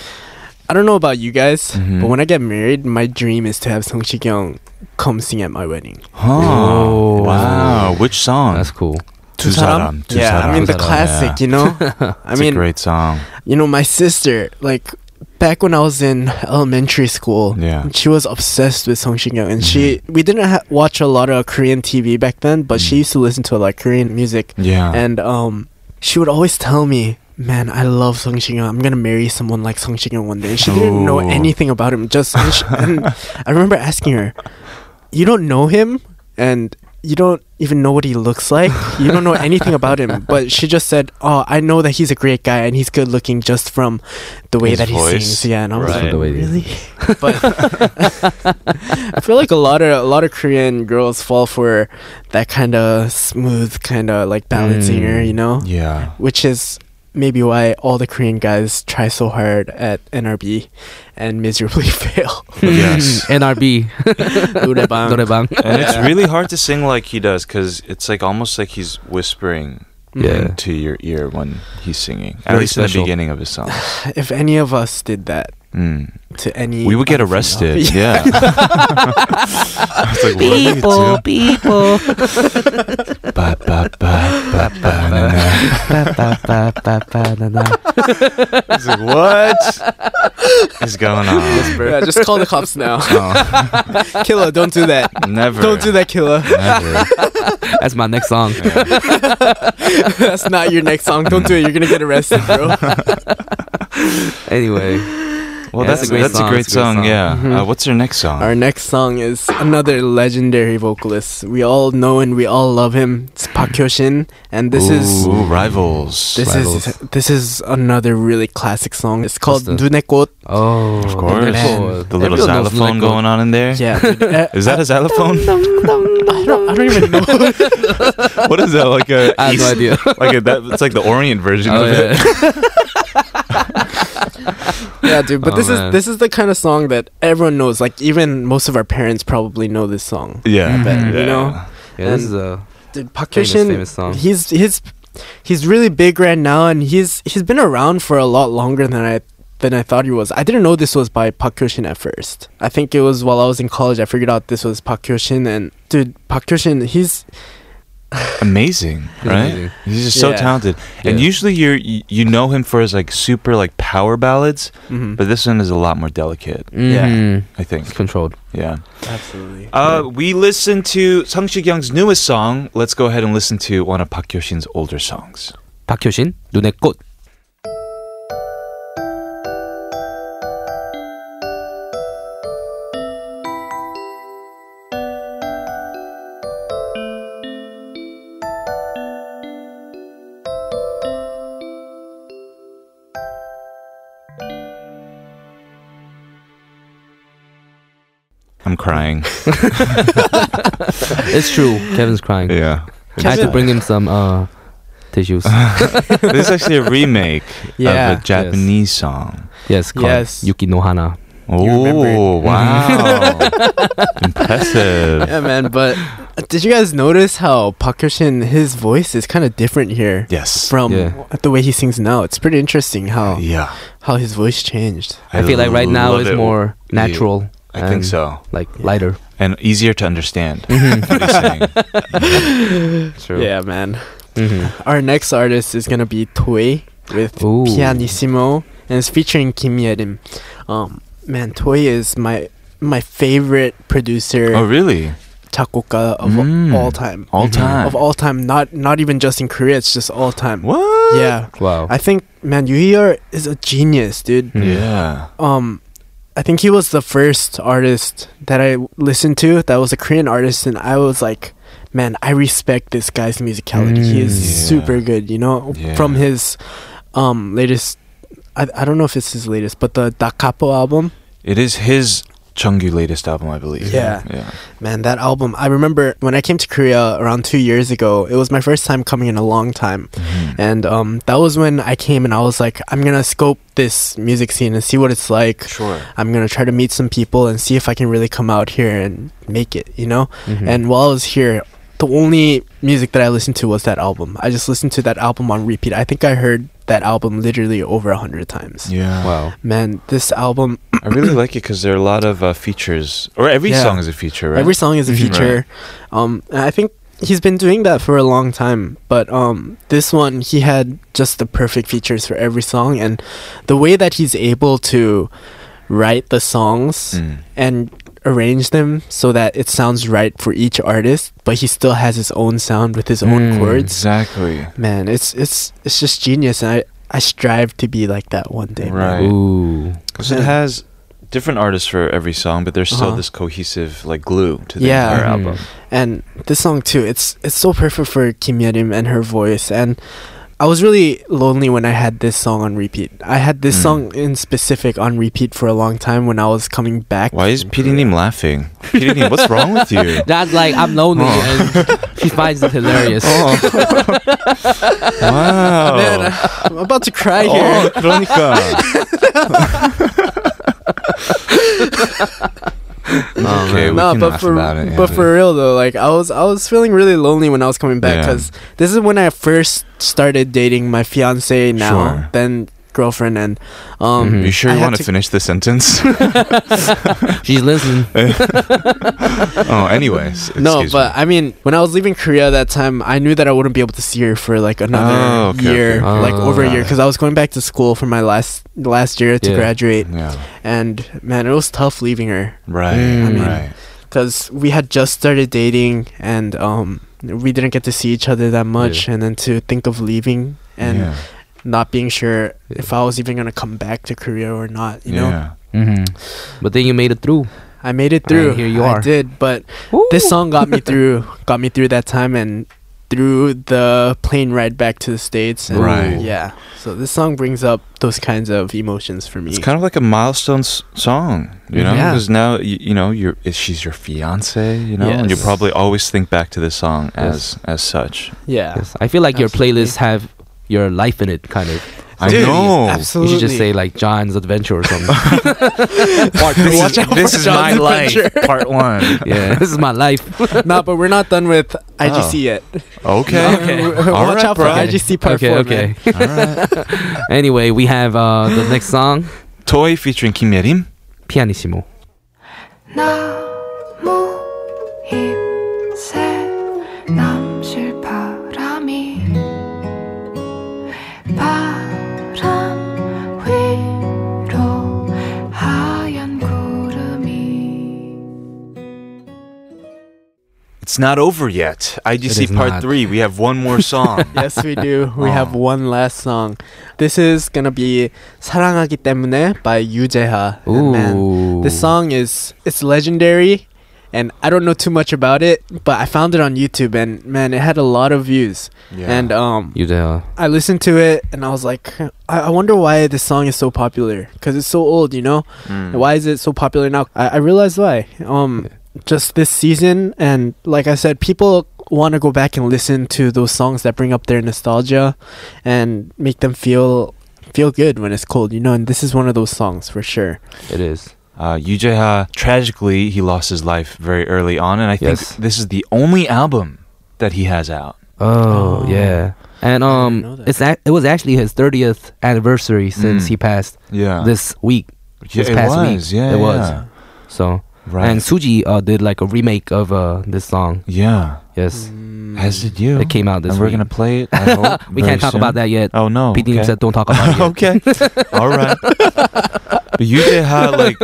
[SPEAKER 8] I don't know about you guys,
[SPEAKER 2] Mhm.
[SPEAKER 8] but when I get married, my dream is to have Song Young come sing at my wedding.
[SPEAKER 2] Oh, wow. Which song?
[SPEAKER 3] That's cool.
[SPEAKER 2] 두 사람. 두
[SPEAKER 8] Yeah, I mean
[SPEAKER 2] 사람.
[SPEAKER 3] 사람,
[SPEAKER 8] the classic, you know. I
[SPEAKER 2] It's a
[SPEAKER 8] mean,
[SPEAKER 2] great song.
[SPEAKER 8] you know, my sister, like back when I was in elementary school,
[SPEAKER 2] Yeah.
[SPEAKER 8] she was obsessed with Song Shin and she we didn't ha- watch a lot of Korean TV back then, but she used to listen to a lot of Korean music,
[SPEAKER 2] Yeah.
[SPEAKER 8] and um, she would always tell me. Man, I love Song Shin I'm gonna marry someone like Song Shin one day. And she didn't know
[SPEAKER 2] Ooh.
[SPEAKER 8] anything about him. Just and she- and I remember asking her, you don't know him and you don't even know what he looks like. You don't know anything about him. But she just said, Oh, I know that he's a great guy and he's good looking just from the way
[SPEAKER 2] His
[SPEAKER 8] that he
[SPEAKER 2] voice.
[SPEAKER 8] sings. Yeah, and I was
[SPEAKER 2] Right.
[SPEAKER 8] like,
[SPEAKER 2] The
[SPEAKER 3] way he-
[SPEAKER 8] Really? but I feel like a lot of a lot of Korean girls fall for that kind of smooth kind of like ballad
[SPEAKER 2] Mm.
[SPEAKER 8] singer, you know?
[SPEAKER 2] yeah.
[SPEAKER 8] Which is maybe why all the Korean guys try so hard at NRB and miserably fail.
[SPEAKER 2] yes.
[SPEAKER 3] NRB. 노래방.
[SPEAKER 2] and it's really hard to sing like he does because it's like almost like he's whispering
[SPEAKER 3] Yeah.
[SPEAKER 2] into your ear when he's singing. At
[SPEAKER 3] Very
[SPEAKER 2] least in the
[SPEAKER 3] special.
[SPEAKER 2] beginning of his song.
[SPEAKER 8] if any of us did that,
[SPEAKER 2] Mm.
[SPEAKER 8] to any.
[SPEAKER 2] We would get arrested. Yeah. I was like, what are you
[SPEAKER 3] people,
[SPEAKER 2] doing?
[SPEAKER 3] people.
[SPEAKER 2] Ba, ba, ba, ba, ba, na, na.
[SPEAKER 3] 빠빠빠빠빠나나.
[SPEAKER 2] I was like, what is going on?
[SPEAKER 8] Yeah, just call the cops now.
[SPEAKER 2] No,
[SPEAKER 8] killer, don't do that.
[SPEAKER 2] never.
[SPEAKER 8] Don't do that, killer.
[SPEAKER 2] Never.
[SPEAKER 3] That's my next song.
[SPEAKER 8] That's not your next song. Don't do it. You're gonna get arrested, bro.
[SPEAKER 3] Anyway,
[SPEAKER 2] Well,
[SPEAKER 3] Yeah,
[SPEAKER 2] that's, a great, that's a great song. Yeah. Uh, what's your next song?
[SPEAKER 8] Our next song is another legendary vocalist. We all know and we all love him. It's Park Hyo-shin, and this is
[SPEAKER 2] Ooh, rivals.
[SPEAKER 8] this is this is another really classic song. It's called
[SPEAKER 3] What's the-
[SPEAKER 8] Dune Kot.
[SPEAKER 3] Oh,
[SPEAKER 2] of course.
[SPEAKER 8] man.
[SPEAKER 2] The little
[SPEAKER 3] Everyone knows
[SPEAKER 2] xylophone
[SPEAKER 3] Lego.
[SPEAKER 2] going on in there.
[SPEAKER 8] Yeah, dude, uh,
[SPEAKER 2] Is that a xylophone?
[SPEAKER 8] I don't, I don't even know.
[SPEAKER 2] what is that? Like a
[SPEAKER 3] I have no
[SPEAKER 2] East-
[SPEAKER 3] idea.
[SPEAKER 2] Like a, that, it's like the Orient version
[SPEAKER 3] Oh,
[SPEAKER 2] of it.
[SPEAKER 3] yeah.
[SPEAKER 8] yeah, dude. But
[SPEAKER 3] Oh,
[SPEAKER 8] this
[SPEAKER 3] man.
[SPEAKER 8] is this is the kind of song that everyone knows. Like even most of our parents probably know this song.
[SPEAKER 2] Yeah, Mm-hmm.
[SPEAKER 8] I bet,
[SPEAKER 2] yeah.
[SPEAKER 8] you know.
[SPEAKER 3] Yeah, this is a
[SPEAKER 8] Dude, Park
[SPEAKER 3] Famous,
[SPEAKER 8] Hyo-shin,
[SPEAKER 3] famous song.
[SPEAKER 8] he's he's he's really big right now, and he's he's been around for a lot longer than I than I thought he was. I didn't know this was by Park Hyo-shin at first. I think it was while I was in college. I figured out this was Park Hyo-shin, and dude, Park Hyo-shin, he's
[SPEAKER 2] amazing, right?
[SPEAKER 3] amazing.
[SPEAKER 2] He's just so
[SPEAKER 8] Yeah.
[SPEAKER 2] talented. And
[SPEAKER 3] Yeah.
[SPEAKER 2] usually you're you you know him for his like super like power ballads,
[SPEAKER 3] Mm-hmm.
[SPEAKER 8] Mhm.
[SPEAKER 2] but this one is a lot more delicate.
[SPEAKER 3] Mm,
[SPEAKER 2] I think.
[SPEAKER 3] It's controlled.
[SPEAKER 2] Yeah.
[SPEAKER 8] absolutely.
[SPEAKER 2] Uh, we listened to Sung Shik Young's newest song. Let's go ahead and listen to one of Park Hyo-shin's older songs.
[SPEAKER 3] 박효신 눈의 꽃.
[SPEAKER 2] I'm crying.
[SPEAKER 3] It's true. Kevin's crying.
[SPEAKER 2] yeah.
[SPEAKER 3] I had to bring him some uh tissues.
[SPEAKER 2] this is actually a remake
[SPEAKER 8] Yeah.
[SPEAKER 2] of a Japanese song.
[SPEAKER 3] yes, called
[SPEAKER 8] Yes.
[SPEAKER 3] Yuki no Hana.
[SPEAKER 2] Oh,
[SPEAKER 8] remembered.
[SPEAKER 2] wow. Impressive.
[SPEAKER 8] yeah, man. But uh, did you guys notice how Park Hyo-shin his voice is kind of different here
[SPEAKER 2] Yes.
[SPEAKER 8] from
[SPEAKER 3] Yeah.
[SPEAKER 8] the way he sings now? It's pretty interesting how
[SPEAKER 2] yeah.
[SPEAKER 8] how his voice changed.
[SPEAKER 3] I feel like right now
[SPEAKER 2] love
[SPEAKER 3] it's
[SPEAKER 2] it.
[SPEAKER 3] more
[SPEAKER 2] Yeah,
[SPEAKER 3] natural.
[SPEAKER 2] I think
[SPEAKER 3] and,
[SPEAKER 2] so.
[SPEAKER 3] Like lighter.
[SPEAKER 2] And easier to understand. what he's saying.
[SPEAKER 3] True.
[SPEAKER 8] Yeah, man.
[SPEAKER 3] hmm
[SPEAKER 8] Our next artist is gonna be Toy with
[SPEAKER 3] Ooh.
[SPEAKER 8] Pianissimo, and it's featuring Kim Yerim. Um, man, Toy is my my favorite producer,
[SPEAKER 2] Oh, really?
[SPEAKER 8] 작곡가 of
[SPEAKER 2] Mm.
[SPEAKER 8] all time,
[SPEAKER 2] All time.
[SPEAKER 8] Mm-hmm. of all time. Not not even just in Korea, it's just all time.
[SPEAKER 2] What?
[SPEAKER 8] Yeah,
[SPEAKER 3] Wow.
[SPEAKER 8] I think man, Yuhier is a genius, dude.
[SPEAKER 3] Mm.
[SPEAKER 2] Yeah.
[SPEAKER 8] Um, I think he was the first artist that I listened to that was a Korean artist, and I was like, man, I respect this guy's musicality. he is
[SPEAKER 2] Mm.
[SPEAKER 8] super good, you know,
[SPEAKER 2] Yeah.
[SPEAKER 8] from his um latest. I, I don't know if it's his latest, but the Da Capo album,
[SPEAKER 2] It is his Chunggu latest album, I believe.
[SPEAKER 8] Yeah.
[SPEAKER 2] Yeah.
[SPEAKER 8] man, that album. I remember when I came to Korea around two years ago. It was my first time coming in a long time,
[SPEAKER 2] Mm-hmm.
[SPEAKER 8] and um, that was when I came and I was like, I'm gonna scope this music scene and see what it's like.
[SPEAKER 2] Sure.
[SPEAKER 8] I'm gonna try to meet some people and see if I can really come out here and make it, you know?
[SPEAKER 2] Mm-hmm.
[SPEAKER 8] And while I was here, the only music that I listened to was that album. I just listened to that album on repeat. I think I heard that album literally over a hundred times.
[SPEAKER 2] Yeah.
[SPEAKER 3] wow.
[SPEAKER 8] Man, this album,
[SPEAKER 2] I really like it because there are a lot of uh, features, or every
[SPEAKER 8] Yeah.
[SPEAKER 2] song is a feature, right?
[SPEAKER 8] every song is a
[SPEAKER 2] Mhm.
[SPEAKER 8] feature. Um, and I think he's been doing that for a long time. But um, this one, he had just the perfect features for every song. And the way that he's able to write the songs.
[SPEAKER 2] Mm.
[SPEAKER 8] and arrange them so that it sounds right for each artist, but he still has his own sound with his
[SPEAKER 3] Mm.
[SPEAKER 2] Hmm.
[SPEAKER 8] own chords.
[SPEAKER 2] Exactly.
[SPEAKER 8] Man, it's it's it's just genius, and I I strive to be like that one day. man.
[SPEAKER 2] Right.
[SPEAKER 3] Ooh.
[SPEAKER 2] Because it
[SPEAKER 8] Yeah.
[SPEAKER 2] has different artists for every song, but there's still
[SPEAKER 8] Uh-huh.
[SPEAKER 2] this cohesive like glue to the
[SPEAKER 8] Yeah.
[SPEAKER 2] entire
[SPEAKER 8] Mhm.
[SPEAKER 2] album.
[SPEAKER 8] And this song too, it's it's so perfect for Kim Yerim and her voice. And I was really lonely when I had this song on repeat. I had this
[SPEAKER 2] Mm.
[SPEAKER 8] song in specific on repeat for a long time when I was coming back.
[SPEAKER 2] Why is PD Neem E laughing? PD Neem, E what's wrong with you?
[SPEAKER 3] That's like I'm lonely and she finds it hilarious.
[SPEAKER 2] Oh. wow.
[SPEAKER 8] Man, I'm about to cry
[SPEAKER 2] oh,
[SPEAKER 8] here.
[SPEAKER 2] 그러니까. okay, we
[SPEAKER 8] no,
[SPEAKER 2] can
[SPEAKER 8] but
[SPEAKER 2] laugh
[SPEAKER 8] for
[SPEAKER 2] about it.
[SPEAKER 8] but
[SPEAKER 2] yeah.
[SPEAKER 8] for real though, like I was I was feeling really lonely when I was coming back
[SPEAKER 2] Yeah.
[SPEAKER 8] because this is when I first started dating my fiance. Now
[SPEAKER 2] Sure. Mm-hmm.
[SPEAKER 8] then girlfriend, and um,
[SPEAKER 2] you sure you
[SPEAKER 8] I had
[SPEAKER 2] want to finish the sentence?
[SPEAKER 3] She's listening.
[SPEAKER 2] oh, anyways.
[SPEAKER 8] No,
[SPEAKER 2] excuse
[SPEAKER 8] but I mean, when I was leaving Korea that time, I knew that I wouldn't be able to see her for like another
[SPEAKER 2] Oh, okay,
[SPEAKER 8] year,
[SPEAKER 2] okay.
[SPEAKER 8] like
[SPEAKER 2] Oh,
[SPEAKER 8] over a
[SPEAKER 2] got
[SPEAKER 8] year,
[SPEAKER 2] it.
[SPEAKER 8] because I was going back to school for my last last year to
[SPEAKER 3] Yeah.
[SPEAKER 8] graduate.
[SPEAKER 2] me. yeah.
[SPEAKER 8] And man, it was tough leaving her
[SPEAKER 2] Right.
[SPEAKER 3] Mm.
[SPEAKER 8] mean,
[SPEAKER 2] right.
[SPEAKER 8] because we had just started dating, and um, we didn't get to see each other that much, and then to think of leaving and
[SPEAKER 2] yeah.
[SPEAKER 8] not being sure if I was even gonna come back to Korea or not, you know.
[SPEAKER 2] yeah.
[SPEAKER 3] hmm But then you made it through.
[SPEAKER 8] I made it
[SPEAKER 3] And
[SPEAKER 8] through.
[SPEAKER 3] here you
[SPEAKER 8] I
[SPEAKER 3] are.
[SPEAKER 8] did, but this song got me through. Got me through that time and through the plane ride back to the states. And
[SPEAKER 2] Right.
[SPEAKER 8] Yeah. So this song brings up those kinds of emotions for me.
[SPEAKER 2] It's kind of like a milestone s- song, you know,
[SPEAKER 8] Yeah.
[SPEAKER 2] because now you, you know you're is- she's your fiance, you know, and you
[SPEAKER 8] Yes.
[SPEAKER 2] probably always think back to this song
[SPEAKER 3] Yes.
[SPEAKER 2] as as such.
[SPEAKER 8] yeah.
[SPEAKER 3] Yes, I feel like
[SPEAKER 8] Absolutely.
[SPEAKER 3] your playlists have your life in it, kind of.
[SPEAKER 2] I
[SPEAKER 8] Dude,
[SPEAKER 2] know.
[SPEAKER 3] You
[SPEAKER 8] Absolutely.
[SPEAKER 3] should just say like John's adventure or something.
[SPEAKER 2] This is,
[SPEAKER 8] Watch out
[SPEAKER 2] this
[SPEAKER 8] for
[SPEAKER 2] is my
[SPEAKER 8] John's
[SPEAKER 2] life, part one.
[SPEAKER 3] yeah, this is my life.
[SPEAKER 8] nah, but we're not done with
[SPEAKER 3] Oh.
[SPEAKER 8] IGC yet.
[SPEAKER 2] Okay.
[SPEAKER 3] Okay.
[SPEAKER 8] Watch
[SPEAKER 2] All right,
[SPEAKER 8] out for
[SPEAKER 2] bro.
[SPEAKER 8] IGC part
[SPEAKER 3] okay,
[SPEAKER 8] four.
[SPEAKER 3] okay.
[SPEAKER 8] man.
[SPEAKER 3] anyway, we have uh, the next song,
[SPEAKER 2] Toy featuring Kim Yerim.
[SPEAKER 3] Pianissimo.
[SPEAKER 11] 나무 잎새 남실 바람이 바람 위로 하얀 구름이
[SPEAKER 2] It's not over yet.
[SPEAKER 3] It is
[SPEAKER 2] IGC part
[SPEAKER 3] not.
[SPEAKER 2] three. We have one more song.
[SPEAKER 8] Yes, we do. We have
[SPEAKER 2] Oh.
[SPEAKER 8] one last song. This is gonna be 사랑하기 때문에 by Yoo Jae-ha. And man,
[SPEAKER 3] Ooh.
[SPEAKER 8] This song is it's legendary, and I don't know too much about it, but I found it on YouTube, and man, it had a lot of views.
[SPEAKER 2] Yeah.
[SPEAKER 8] And um,
[SPEAKER 3] You there?
[SPEAKER 8] I listened to it, and I was like, I, I wonder why this song is so popular, cause it's so old, you know.
[SPEAKER 2] Mm.
[SPEAKER 8] Why is it so popular now? I, I realized why. Um, just this season, and like I said, people want to go back and listen to those songs that bring up their nostalgia, and make them feel feel good when it's cold, you know. And this is one of those songs for sure.
[SPEAKER 3] It is.
[SPEAKER 2] Uh, Yoo Jae-ha, tragically, he lost his life very early on, and I think
[SPEAKER 3] Yes.
[SPEAKER 2] this is the only album that he has out.
[SPEAKER 3] Oh, yeah. And
[SPEAKER 8] know
[SPEAKER 3] um,
[SPEAKER 8] that.
[SPEAKER 3] it's a- it was actually his 30th anniversary since
[SPEAKER 2] Mm.
[SPEAKER 3] he passed
[SPEAKER 2] Yeah.
[SPEAKER 3] this week.
[SPEAKER 2] yeah,
[SPEAKER 3] this
[SPEAKER 2] it
[SPEAKER 3] past week.
[SPEAKER 2] was. Yeah,
[SPEAKER 3] It was.
[SPEAKER 2] yeah.
[SPEAKER 3] So
[SPEAKER 2] Right.
[SPEAKER 3] and Suji uh, did like a remake of uh, this song.
[SPEAKER 2] yeah.
[SPEAKER 3] Yes,
[SPEAKER 2] As did you.
[SPEAKER 3] it came out this
[SPEAKER 2] and we're
[SPEAKER 3] week.
[SPEAKER 2] gonna play it. I hope,
[SPEAKER 3] we
[SPEAKER 2] very
[SPEAKER 3] can't talk
[SPEAKER 2] soon.
[SPEAKER 3] about that yet.
[SPEAKER 2] Oh no.
[SPEAKER 3] PD said don't talk about it. Yet.
[SPEAKER 2] okay. All right. But you did have like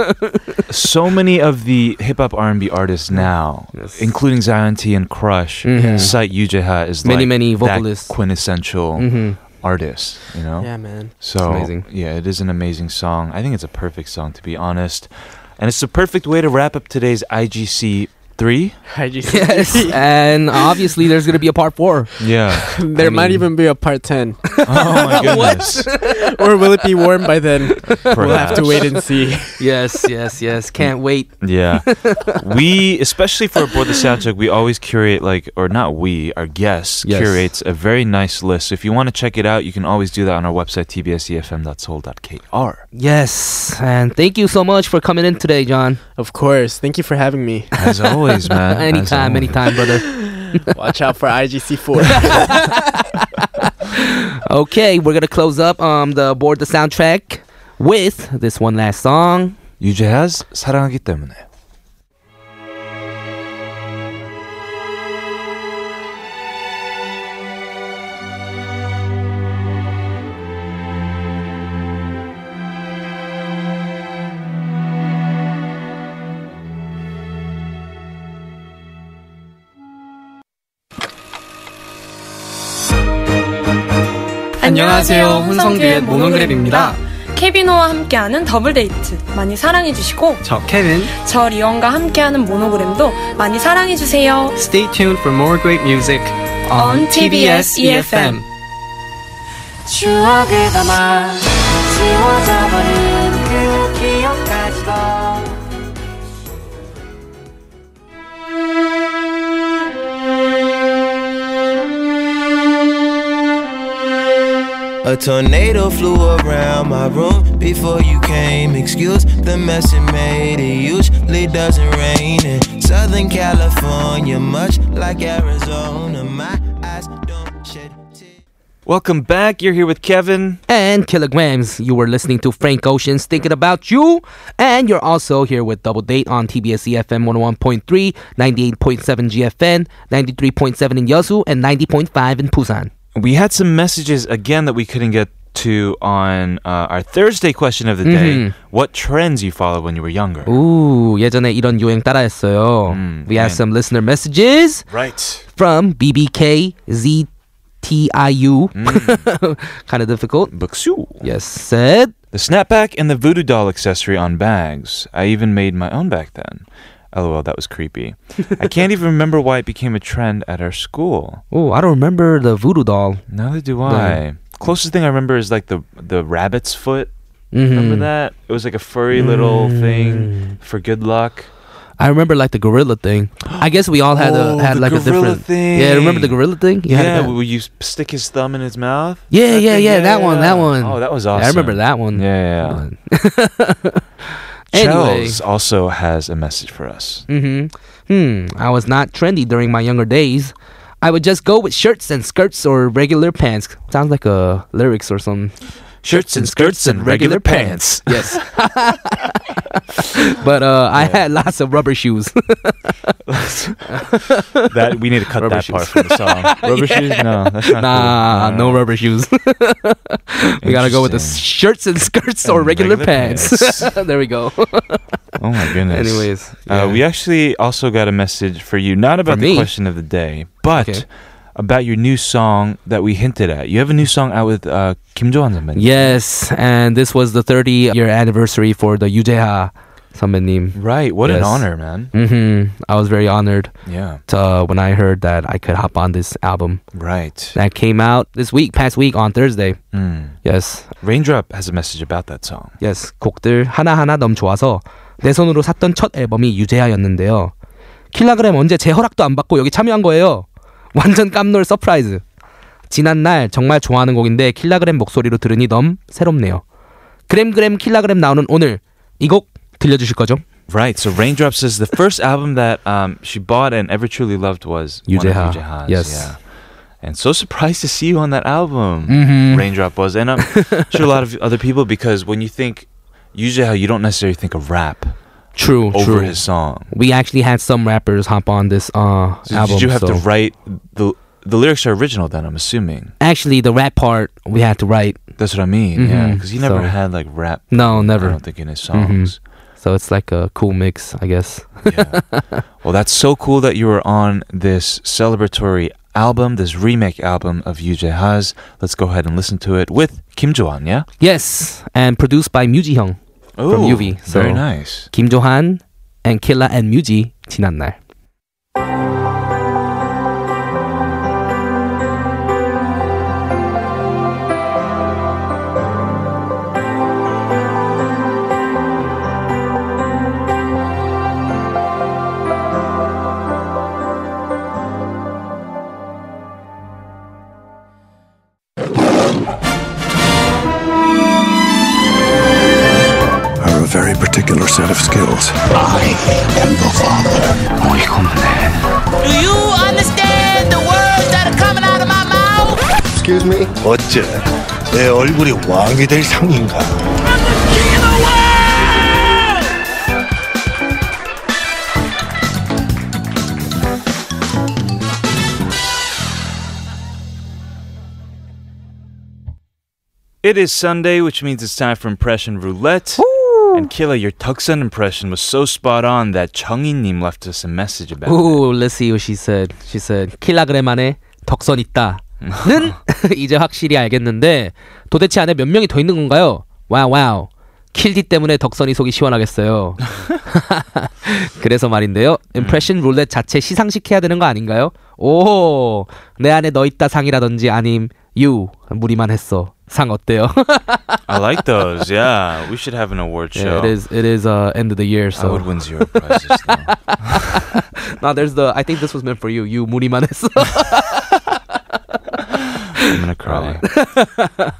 [SPEAKER 2] so many of the hip hop R and B artists now,
[SPEAKER 3] Yes.
[SPEAKER 2] including Zion T and Crush,
[SPEAKER 3] Mhm.
[SPEAKER 8] Mm-hmm.
[SPEAKER 2] cite Yujeha as
[SPEAKER 3] Many,
[SPEAKER 2] like
[SPEAKER 3] many
[SPEAKER 2] that
[SPEAKER 3] vocalists.
[SPEAKER 2] quintessential
[SPEAKER 3] hmm
[SPEAKER 2] artist. You know.
[SPEAKER 8] Mm. Yeah, man.
[SPEAKER 2] So
[SPEAKER 3] amazing.
[SPEAKER 2] yeah, it is an amazing song. I think it's a perfect song to be honest, and it's the perfect way to wrap up today's IGC three.
[SPEAKER 8] IGC.
[SPEAKER 3] Yes, and obviously there's gonna be a part four.
[SPEAKER 2] Yeah.
[SPEAKER 3] I
[SPEAKER 8] There might
[SPEAKER 3] mean-
[SPEAKER 8] even be a part 10.
[SPEAKER 2] Oh my goodness.
[SPEAKER 8] or will it be warm by then? We'll have
[SPEAKER 2] Perhaps.
[SPEAKER 8] to wait and see.
[SPEAKER 3] Yes, yes, yes. Can't wait.
[SPEAKER 2] Yeah. we, especially for Aboard the Soundcheck, we always curate, like, or not we, our guests
[SPEAKER 3] Yes.
[SPEAKER 2] curates a very nice list. So if you want to check it out, you can always do that on our website, tbsefm.soul.kr.
[SPEAKER 3] Yes, and thank you so much for coming in today, John.
[SPEAKER 8] Of course. Thank you for having me.
[SPEAKER 2] As always, man. as
[SPEAKER 3] anytime,
[SPEAKER 2] always.
[SPEAKER 3] anytime, brother.
[SPEAKER 8] Watch out for IGC4.
[SPEAKER 3] Okay, we're gonna close up um the board the soundtrack with this one last song.
[SPEAKER 2] 유재하's 사랑하기 때문에.
[SPEAKER 9] 안녕하세요. 혼성듀엣 모노그램입니다. 케비노와 함께하는 더블 데이트 많이 사랑해 주시고
[SPEAKER 12] 저 케빈.
[SPEAKER 9] 저 리원과 함께하는 모노그램도 많이 사랑해 주세요.
[SPEAKER 12] Stay tuned for more great music
[SPEAKER 9] on TBS
[SPEAKER 12] E
[SPEAKER 9] EFM.
[SPEAKER 6] 추억을 담아 지워져버린 그 기억까지도
[SPEAKER 13] A tornado flew around my room before you came. Excuse the mess it made. It usually doesn't rain in Southern California, much like Arizona. My eyes don't shed tears.
[SPEAKER 2] Welcome back. You're here with Kevin.
[SPEAKER 3] And Kilograms. You were listening to Frank Ocean's Thinking About You. And you're also here with Double Date on TBS EFM 101.3, 98.7 GFN, 93.7 in Yeosu, and 90.5 in Busan.
[SPEAKER 2] We had some messages again that we couldn't get to on uh, our Thursday question of the
[SPEAKER 3] Mhm.
[SPEAKER 2] day. What trends you followed when you were younger?
[SPEAKER 3] 오, 예전에 이런 유행 따라했어요. We have some listener messages.
[SPEAKER 2] Right.
[SPEAKER 3] From BBK ZTIU. kind of difficult.
[SPEAKER 2] Buksu.
[SPEAKER 3] Yes, said.
[SPEAKER 2] The snapback and the voodoo doll accessory on bags. I even made my own back then. LOL, that was creepy. I can't even remember why it became a trend at our school.
[SPEAKER 3] Oh, I don't remember the voodoo doll.
[SPEAKER 2] Neither do I. Closest thing I remember is like the the rabbit's foot. Remember
[SPEAKER 3] Mhm.
[SPEAKER 2] that? It was like a furry little
[SPEAKER 3] Mm. Hmm.
[SPEAKER 2] thing for good luck.
[SPEAKER 3] I remember like the gorilla thing. I guess we all had
[SPEAKER 2] Oh,
[SPEAKER 3] a had
[SPEAKER 2] the
[SPEAKER 3] like a
[SPEAKER 2] gorilla
[SPEAKER 3] different Yeah, remember the
[SPEAKER 2] thing.
[SPEAKER 3] gorilla thing? You had
[SPEAKER 2] yeah,
[SPEAKER 3] that.
[SPEAKER 2] where you s- stick his thumb in his mouth.
[SPEAKER 3] Yeah,
[SPEAKER 2] That
[SPEAKER 3] yeah,
[SPEAKER 2] thing,
[SPEAKER 3] yeah, that one, that
[SPEAKER 2] yeah.
[SPEAKER 3] one.
[SPEAKER 2] Oh, that was
[SPEAKER 3] Yeah, I
[SPEAKER 2] awesome.
[SPEAKER 3] remember that one.
[SPEAKER 2] Yeah, yeah. yeah.
[SPEAKER 3] Anyway.
[SPEAKER 2] Chels also has a message for us.
[SPEAKER 3] Mm-hmm. Hmm. I was not trendy during my younger days. I would just go with shirts and skirts or regular pants. Sounds like a lyrics or something.
[SPEAKER 2] Shirts and skirts and regular pants.
[SPEAKER 3] Yes. but uh, I had lots of rubber shoes.
[SPEAKER 2] That we need to cut
[SPEAKER 3] Rubber
[SPEAKER 2] that
[SPEAKER 3] shoes.
[SPEAKER 2] part from the song. Rubber shoes? No, that's not
[SPEAKER 3] nah,
[SPEAKER 2] cool.
[SPEAKER 3] no rubber shoes. we gotta go with the
[SPEAKER 2] Interesting.
[SPEAKER 3] shirts and skirts or
[SPEAKER 2] And
[SPEAKER 3] regular,
[SPEAKER 2] regular
[SPEAKER 3] pants.
[SPEAKER 2] pants.
[SPEAKER 3] there we go.
[SPEAKER 2] Oh my goodness.
[SPEAKER 3] Anyways,
[SPEAKER 2] uh, we actually also got a message for you, not about
[SPEAKER 3] For
[SPEAKER 2] the
[SPEAKER 3] me?
[SPEAKER 2] question of the day, but
[SPEAKER 3] Okay.
[SPEAKER 2] about your new song that we hinted at. You have a new song out with uh, Kim Johan 선배님.
[SPEAKER 3] Yes, and this was the 30 year anniversary for the Yujeha 선배님.
[SPEAKER 2] Right, what an honor, man.
[SPEAKER 3] hmm I was very honored.
[SPEAKER 2] Yeah.
[SPEAKER 3] To, when I heard that I could hop on this album.
[SPEAKER 2] Right.
[SPEAKER 3] That came out this week, past week on Thursday.
[SPEAKER 2] Mm.
[SPEAKER 3] Yes.
[SPEAKER 2] Raindrop has a message about that song.
[SPEAKER 3] Yes. 곡들 하나하나 너무 좋아서 내 손으로 샀던 첫 앨범이 유재하였는데요. 킬라그램 언제 제 허락도 안 받고 여기 참여한 거예요. 완전 깜놀 서프라이즈. 지난 날 정말 좋아하는 곡인데 킬라그램 목소리로 들으니 너무 새롭네요. 그램그램 킬라그램 나오는 오늘 이 곡 들려주실 거죠?
[SPEAKER 2] Right, so Raindrop says the first album that um, she bought and ever truly loved was one of
[SPEAKER 3] Yujeha.
[SPEAKER 2] Yujeha's,
[SPEAKER 3] Yes.
[SPEAKER 2] Yeah. And so surprised to see you on that album,
[SPEAKER 3] Mhm.
[SPEAKER 2] Raindrop was. And I'm sure a lot of other people, because when you think Yujeha, you don't necessarily think of rap
[SPEAKER 3] True.
[SPEAKER 2] over
[SPEAKER 3] true.
[SPEAKER 2] his song.
[SPEAKER 3] We actually had some rappers hop on this uh,
[SPEAKER 2] So
[SPEAKER 3] album.
[SPEAKER 2] did you have
[SPEAKER 3] so-
[SPEAKER 2] to write the the lyrics are original then? I'm assuming.
[SPEAKER 3] Actually, the rap part we had to write.
[SPEAKER 2] That's what I mean. yeah,
[SPEAKER 3] Mhm,
[SPEAKER 2] because he never
[SPEAKER 3] so-
[SPEAKER 2] had like rap.
[SPEAKER 3] No, never.
[SPEAKER 2] I don't think in his
[SPEAKER 3] Mhm.
[SPEAKER 2] songs.
[SPEAKER 3] So it's like a cool mix, I guess.
[SPEAKER 2] Well, that's so cool that you were on this celebratory album, this remake album of Yuji Haz. Let's go ahead and listen to it with Kim Johan. Yeah.
[SPEAKER 3] yes, and produced by Muji Hyung from
[SPEAKER 2] Ooh,
[SPEAKER 3] UV. So
[SPEAKER 2] very nice.
[SPEAKER 3] Kim Johan and Killa and Muji 지난 날.
[SPEAKER 14] are a very particular set of skills. I am the father.
[SPEAKER 7] Do you understand the words that are coming out of my mouth?
[SPEAKER 14] Excuse me. 어째 내 얼굴이 왕이 될 상인가?
[SPEAKER 2] It is Sunday, which means it's time for impression roulette. And Killa, your Tucson impression was so spot on that Chunginim left us a message about. it.
[SPEAKER 3] Ooh, let's see what she said. She said 킬라그램 안에 덕선 있다는 이제 확실히 알겠는데 도대체 안에 몇 명이 더 있는 건가요? 와우 와우. 킬디 때문에 덕선이 속이 시원하겠어요. 그래서 말인데요. impression 룰렛 자체 시상식해야 되는 거 아닌가요? 오, 내 안에 너 있다 상이라든지 아님 you 무리만 했어 상 어때요?
[SPEAKER 2] I like those. Yeah, we should have an award show.
[SPEAKER 3] Yeah, it is. It is uh, end of the year. So
[SPEAKER 2] would win zero prizes.
[SPEAKER 3] no, there's the. I think this was meant for you. You 무리만했어.
[SPEAKER 2] I'm gonna cry.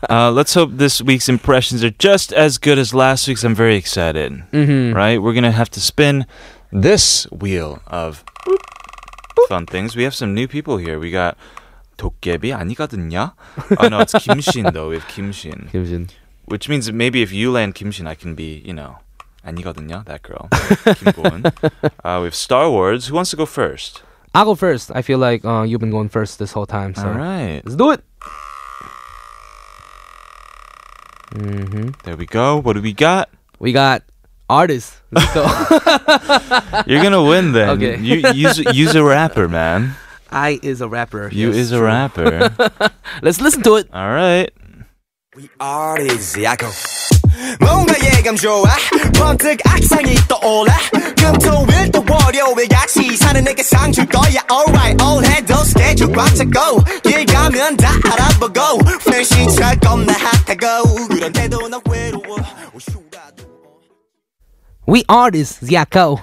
[SPEAKER 2] uh, let's hope this week's impressions are just as good as last week's. I'm very excited.
[SPEAKER 3] Mhm.
[SPEAKER 2] Right, we're gonna have to spin this wheel of fun things. We have some new people here. We got 도깨비 아니거든요. Oh no, it's Kim Shin though. We have Kim Shin.
[SPEAKER 3] Kim Shin.
[SPEAKER 2] Which means that maybe if you land Kim Shin, I can be, you know, 아니거든요, that girl. Kim Go-eun. Uh, we have Star Wars. Who wants to go first?
[SPEAKER 3] I'll go first. I feel like uh, you've been going first this whole time. So.
[SPEAKER 2] All right.
[SPEAKER 3] Let's do it.
[SPEAKER 2] There we go. What do we got?
[SPEAKER 3] We got artists. Let's go.
[SPEAKER 2] You're gonna win then.
[SPEAKER 3] Okay.
[SPEAKER 2] You use use a rapper, man.
[SPEAKER 3] I is a rapper.
[SPEAKER 2] You
[SPEAKER 3] Yes,
[SPEAKER 2] is a
[SPEAKER 3] true.
[SPEAKER 2] rapper.
[SPEAKER 3] Let's listen to it.
[SPEAKER 2] All right.
[SPEAKER 15] Artists, I go. 뭔가 예감 좋아 번뜩 악상이 떠올라 금토일 또 월요일 같이 사는 내게 상 줄 거야 alright 올해도 스케줄 꽉 잡고 길 가면 다 알아보고 회신철 겁나 핫하고 그런데도 너 외로워
[SPEAKER 3] We artists, Yako.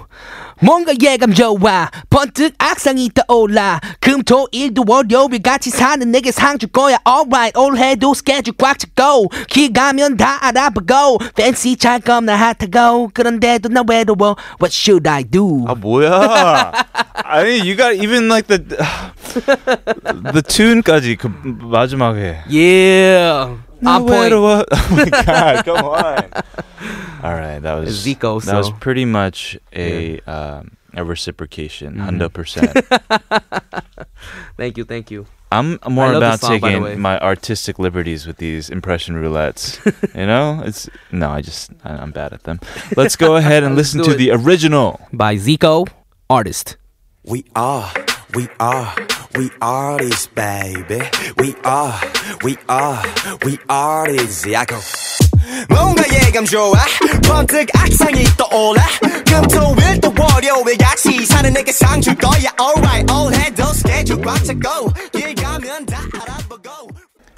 [SPEAKER 3] 뭔가 예감 좋아 번뜩 악상이 떠올라 금토일도 월요일 같이 사는 내게 상 줄 거야 alright 올해도 스케줄 꽉 차고 길 가면 다 알아보고 fancy 잘 겁나 핫하고 그런데도 나 외로워 what should I do 아
[SPEAKER 2] 뭐야 Ah, I mean, you got even like the the tune까지 그 마지막에.
[SPEAKER 3] yeah
[SPEAKER 2] 나
[SPEAKER 3] on point
[SPEAKER 2] 외로워. oh my god come on All right, that was
[SPEAKER 3] Zico,
[SPEAKER 2] That was
[SPEAKER 3] so-
[SPEAKER 2] pretty much a um, a reciprocation,
[SPEAKER 3] Mm-hmm.
[SPEAKER 2] 100 percent.
[SPEAKER 3] thank you thank you
[SPEAKER 2] I'm
[SPEAKER 3] I
[SPEAKER 2] more
[SPEAKER 3] love this
[SPEAKER 2] about
[SPEAKER 3] song, by the way.
[SPEAKER 2] taking my artistic liberties with these impression roulettes. you know, it's no, I just I, I'm bad at them. Let's go ahead and
[SPEAKER 3] Let's
[SPEAKER 2] listen
[SPEAKER 3] do
[SPEAKER 2] to
[SPEAKER 3] it.
[SPEAKER 2] the original
[SPEAKER 3] by Zico artist
[SPEAKER 15] We are, we are, we are this baby. We are, we are, we are this. I go. 뭔가 예감 좋아 번뜩 악상이 떠올라 금토일 또 월요일 같이 사는 내게 상 줄 거야 alright 올해도 스케줄 꽉 차고 길 가면 다 알아보고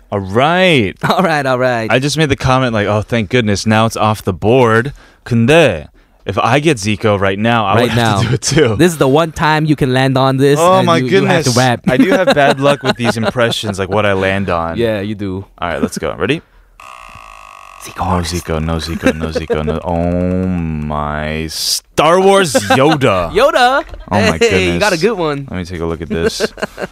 [SPEAKER 2] All right.
[SPEAKER 3] All right, all right.
[SPEAKER 2] I just made the comment like, "Oh, thank goodness, now it's off the board." Kunde, if I get Zico right now, I
[SPEAKER 3] right
[SPEAKER 2] would
[SPEAKER 3] now
[SPEAKER 2] have to do it too.
[SPEAKER 3] this is the one time you can land on this
[SPEAKER 2] oh
[SPEAKER 3] and
[SPEAKER 2] my
[SPEAKER 3] you, you have
[SPEAKER 2] goodness.
[SPEAKER 3] to rap
[SPEAKER 2] I do have bad luck with these impressions like what I land on.
[SPEAKER 3] Yeah, you do.
[SPEAKER 2] All right, let's go. Ready? No Zico, no Zico, no Zico, no. Oh my Star Wars Yoda.
[SPEAKER 3] Yoda.
[SPEAKER 2] Oh my
[SPEAKER 3] Hey,
[SPEAKER 2] goodness.
[SPEAKER 3] you got a good one.
[SPEAKER 2] Let me take a look at this.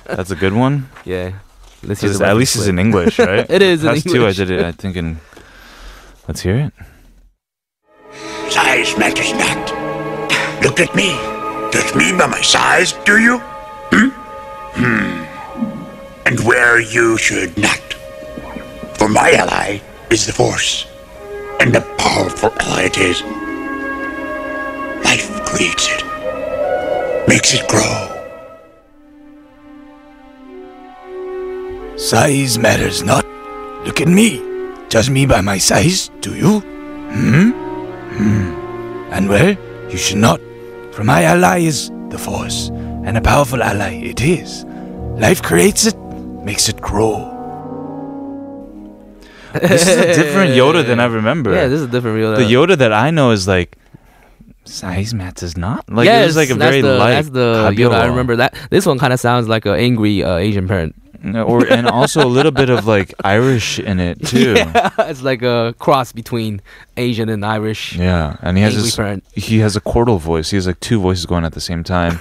[SPEAKER 2] That's a good one.
[SPEAKER 3] Yeah. Let's
[SPEAKER 2] This
[SPEAKER 3] use
[SPEAKER 2] is-
[SPEAKER 3] the
[SPEAKER 2] at
[SPEAKER 3] weapon
[SPEAKER 2] least it's
[SPEAKER 3] clip.
[SPEAKER 2] in English, right?
[SPEAKER 3] It is in
[SPEAKER 2] That's two. I
[SPEAKER 3] English.
[SPEAKER 2] did it. I think in. Let's hear it.
[SPEAKER 16] Size matters not. Look at me. Judge me by my size, do you? Hmm? Hmm. And where you should not. For my ally is the Force. And a powerful ally it is. Life creates it, makes it grow.
[SPEAKER 10] Size matters not. Look at me. Judge me by my size, do you? Hmm? Hmm. And well, you should not. For my ally is the Force, and a powerful ally it is. Life creates it, makes it grow.
[SPEAKER 2] This is a different Yoda than I remember.
[SPEAKER 3] Yeah, this is a different uh, Yoda.
[SPEAKER 2] The Yoda that I know is like size matters not. Like it was like a
[SPEAKER 3] that's
[SPEAKER 2] very
[SPEAKER 3] the,
[SPEAKER 2] light.
[SPEAKER 3] That's the Yoda. I
[SPEAKER 2] Kabiro.
[SPEAKER 3] remember that. This one kind of sounds like an angry uh, Asian parent.
[SPEAKER 2] No, or and also a little bit of like Irish in it too.
[SPEAKER 3] yeah, it's like a cross between Asian and Irish.
[SPEAKER 2] Yeah, and he has
[SPEAKER 3] angry
[SPEAKER 2] his,
[SPEAKER 3] parent.
[SPEAKER 2] he has a chordal voice. He has like two voices going at the same time.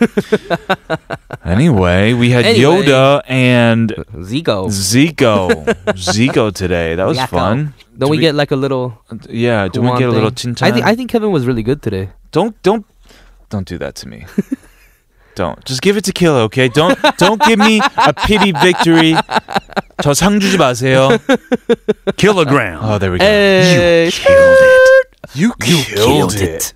[SPEAKER 2] anyway, we had
[SPEAKER 3] Anyway.
[SPEAKER 2] Yoda and
[SPEAKER 3] Zico.
[SPEAKER 2] Zico. Zico today. That was
[SPEAKER 3] Yakko.
[SPEAKER 2] fun.
[SPEAKER 3] Then
[SPEAKER 2] Do
[SPEAKER 3] we, get like a little.
[SPEAKER 2] Yeah, do we
[SPEAKER 3] Kuwan
[SPEAKER 2] get a little
[SPEAKER 3] thing.
[SPEAKER 2] chin
[SPEAKER 3] I think
[SPEAKER 2] chan?
[SPEAKER 3] I think Kevin was really good today.
[SPEAKER 2] Don't don't don't do that to me. don't. Just give it to Killa, okay? Don't don't give me a pity victory. 저상 주지 마세요. Kilogram. Oh, there we go.
[SPEAKER 3] Hey,
[SPEAKER 2] You killed, it.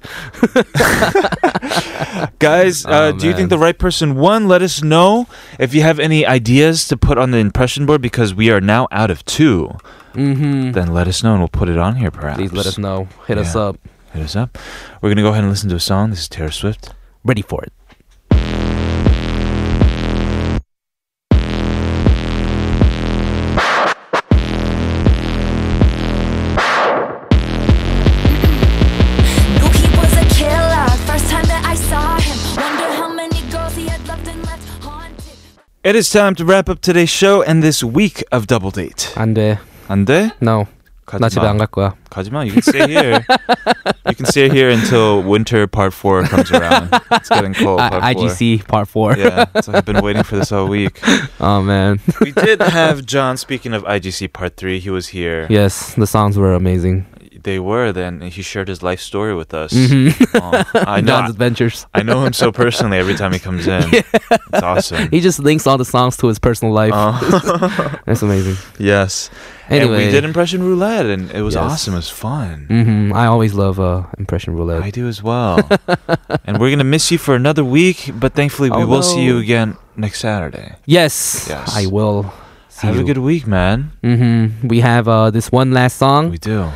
[SPEAKER 2] Guys,
[SPEAKER 3] Oh,
[SPEAKER 2] uh, do you think the right person won? Let us know if you have any ideas to put on the impression board because we are now out of 2
[SPEAKER 3] Mm-hmm.
[SPEAKER 2] Then let us know and we'll put it on here perhaps.
[SPEAKER 3] Please let us know. Hit us
[SPEAKER 2] Yeah.
[SPEAKER 3] up.
[SPEAKER 2] Hit us up. We're going to go ahead and listen to a song. This is Taylor Swift.
[SPEAKER 3] Ready for it.
[SPEAKER 1] He was a killer. First time that I saw him, wonder how many girls he had loved and left haunted.
[SPEAKER 2] It is time to wrap up today's show and this week of Double Date.
[SPEAKER 3] And uh,
[SPEAKER 2] Ande?
[SPEAKER 3] No. 나 집에 안 갈 거야.
[SPEAKER 2] 가지마. You can stay here. you can stay here until winter part four comes around. It's getting cold.
[SPEAKER 3] I-
[SPEAKER 2] Part
[SPEAKER 3] IGC part four.
[SPEAKER 2] yeah, so I've been waiting for this all week.
[SPEAKER 3] Oh man.
[SPEAKER 2] We did have John. Speaking of IGC part three, he was here.
[SPEAKER 3] yes, the songs were amazing.
[SPEAKER 2] They were then. He shared his life story with us.
[SPEAKER 3] Mhm.
[SPEAKER 2] Oh, I know.
[SPEAKER 3] John's adventures.
[SPEAKER 2] I know him so personally. Every time he comes in, it's awesome. Oh,
[SPEAKER 3] He just links all the songs to his personal life. That's amazing.
[SPEAKER 2] Yes. Uh-huh. and
[SPEAKER 3] Anyway.
[SPEAKER 2] we did impression roulette, and it was
[SPEAKER 3] Yes.
[SPEAKER 2] awesome. It was fun.
[SPEAKER 3] hmm I always love uh, impression roulette.
[SPEAKER 2] I do as well. and we're gonna miss you for another week, but thankfully we
[SPEAKER 3] Oh,
[SPEAKER 2] will see you
[SPEAKER 3] no.
[SPEAKER 2] again next Saturday.
[SPEAKER 3] Yes,
[SPEAKER 2] Yes.
[SPEAKER 3] I will. See
[SPEAKER 2] Have a
[SPEAKER 3] you.
[SPEAKER 2] good week, man.
[SPEAKER 3] hmm We have uh, this one last song. We
[SPEAKER 2] do.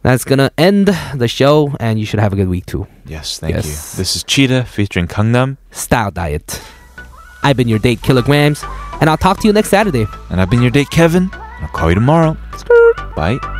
[SPEAKER 3] That's gonna end the show, and you should have a good week too.
[SPEAKER 2] Yes, thank you. This is Cheetah featuring Kangnam,
[SPEAKER 3] Style Diet. I've been your date, Kilograms, and I'll talk to you next Saturday.
[SPEAKER 2] and I've been your date, Kevin. I'll call you tomorrow. Bye.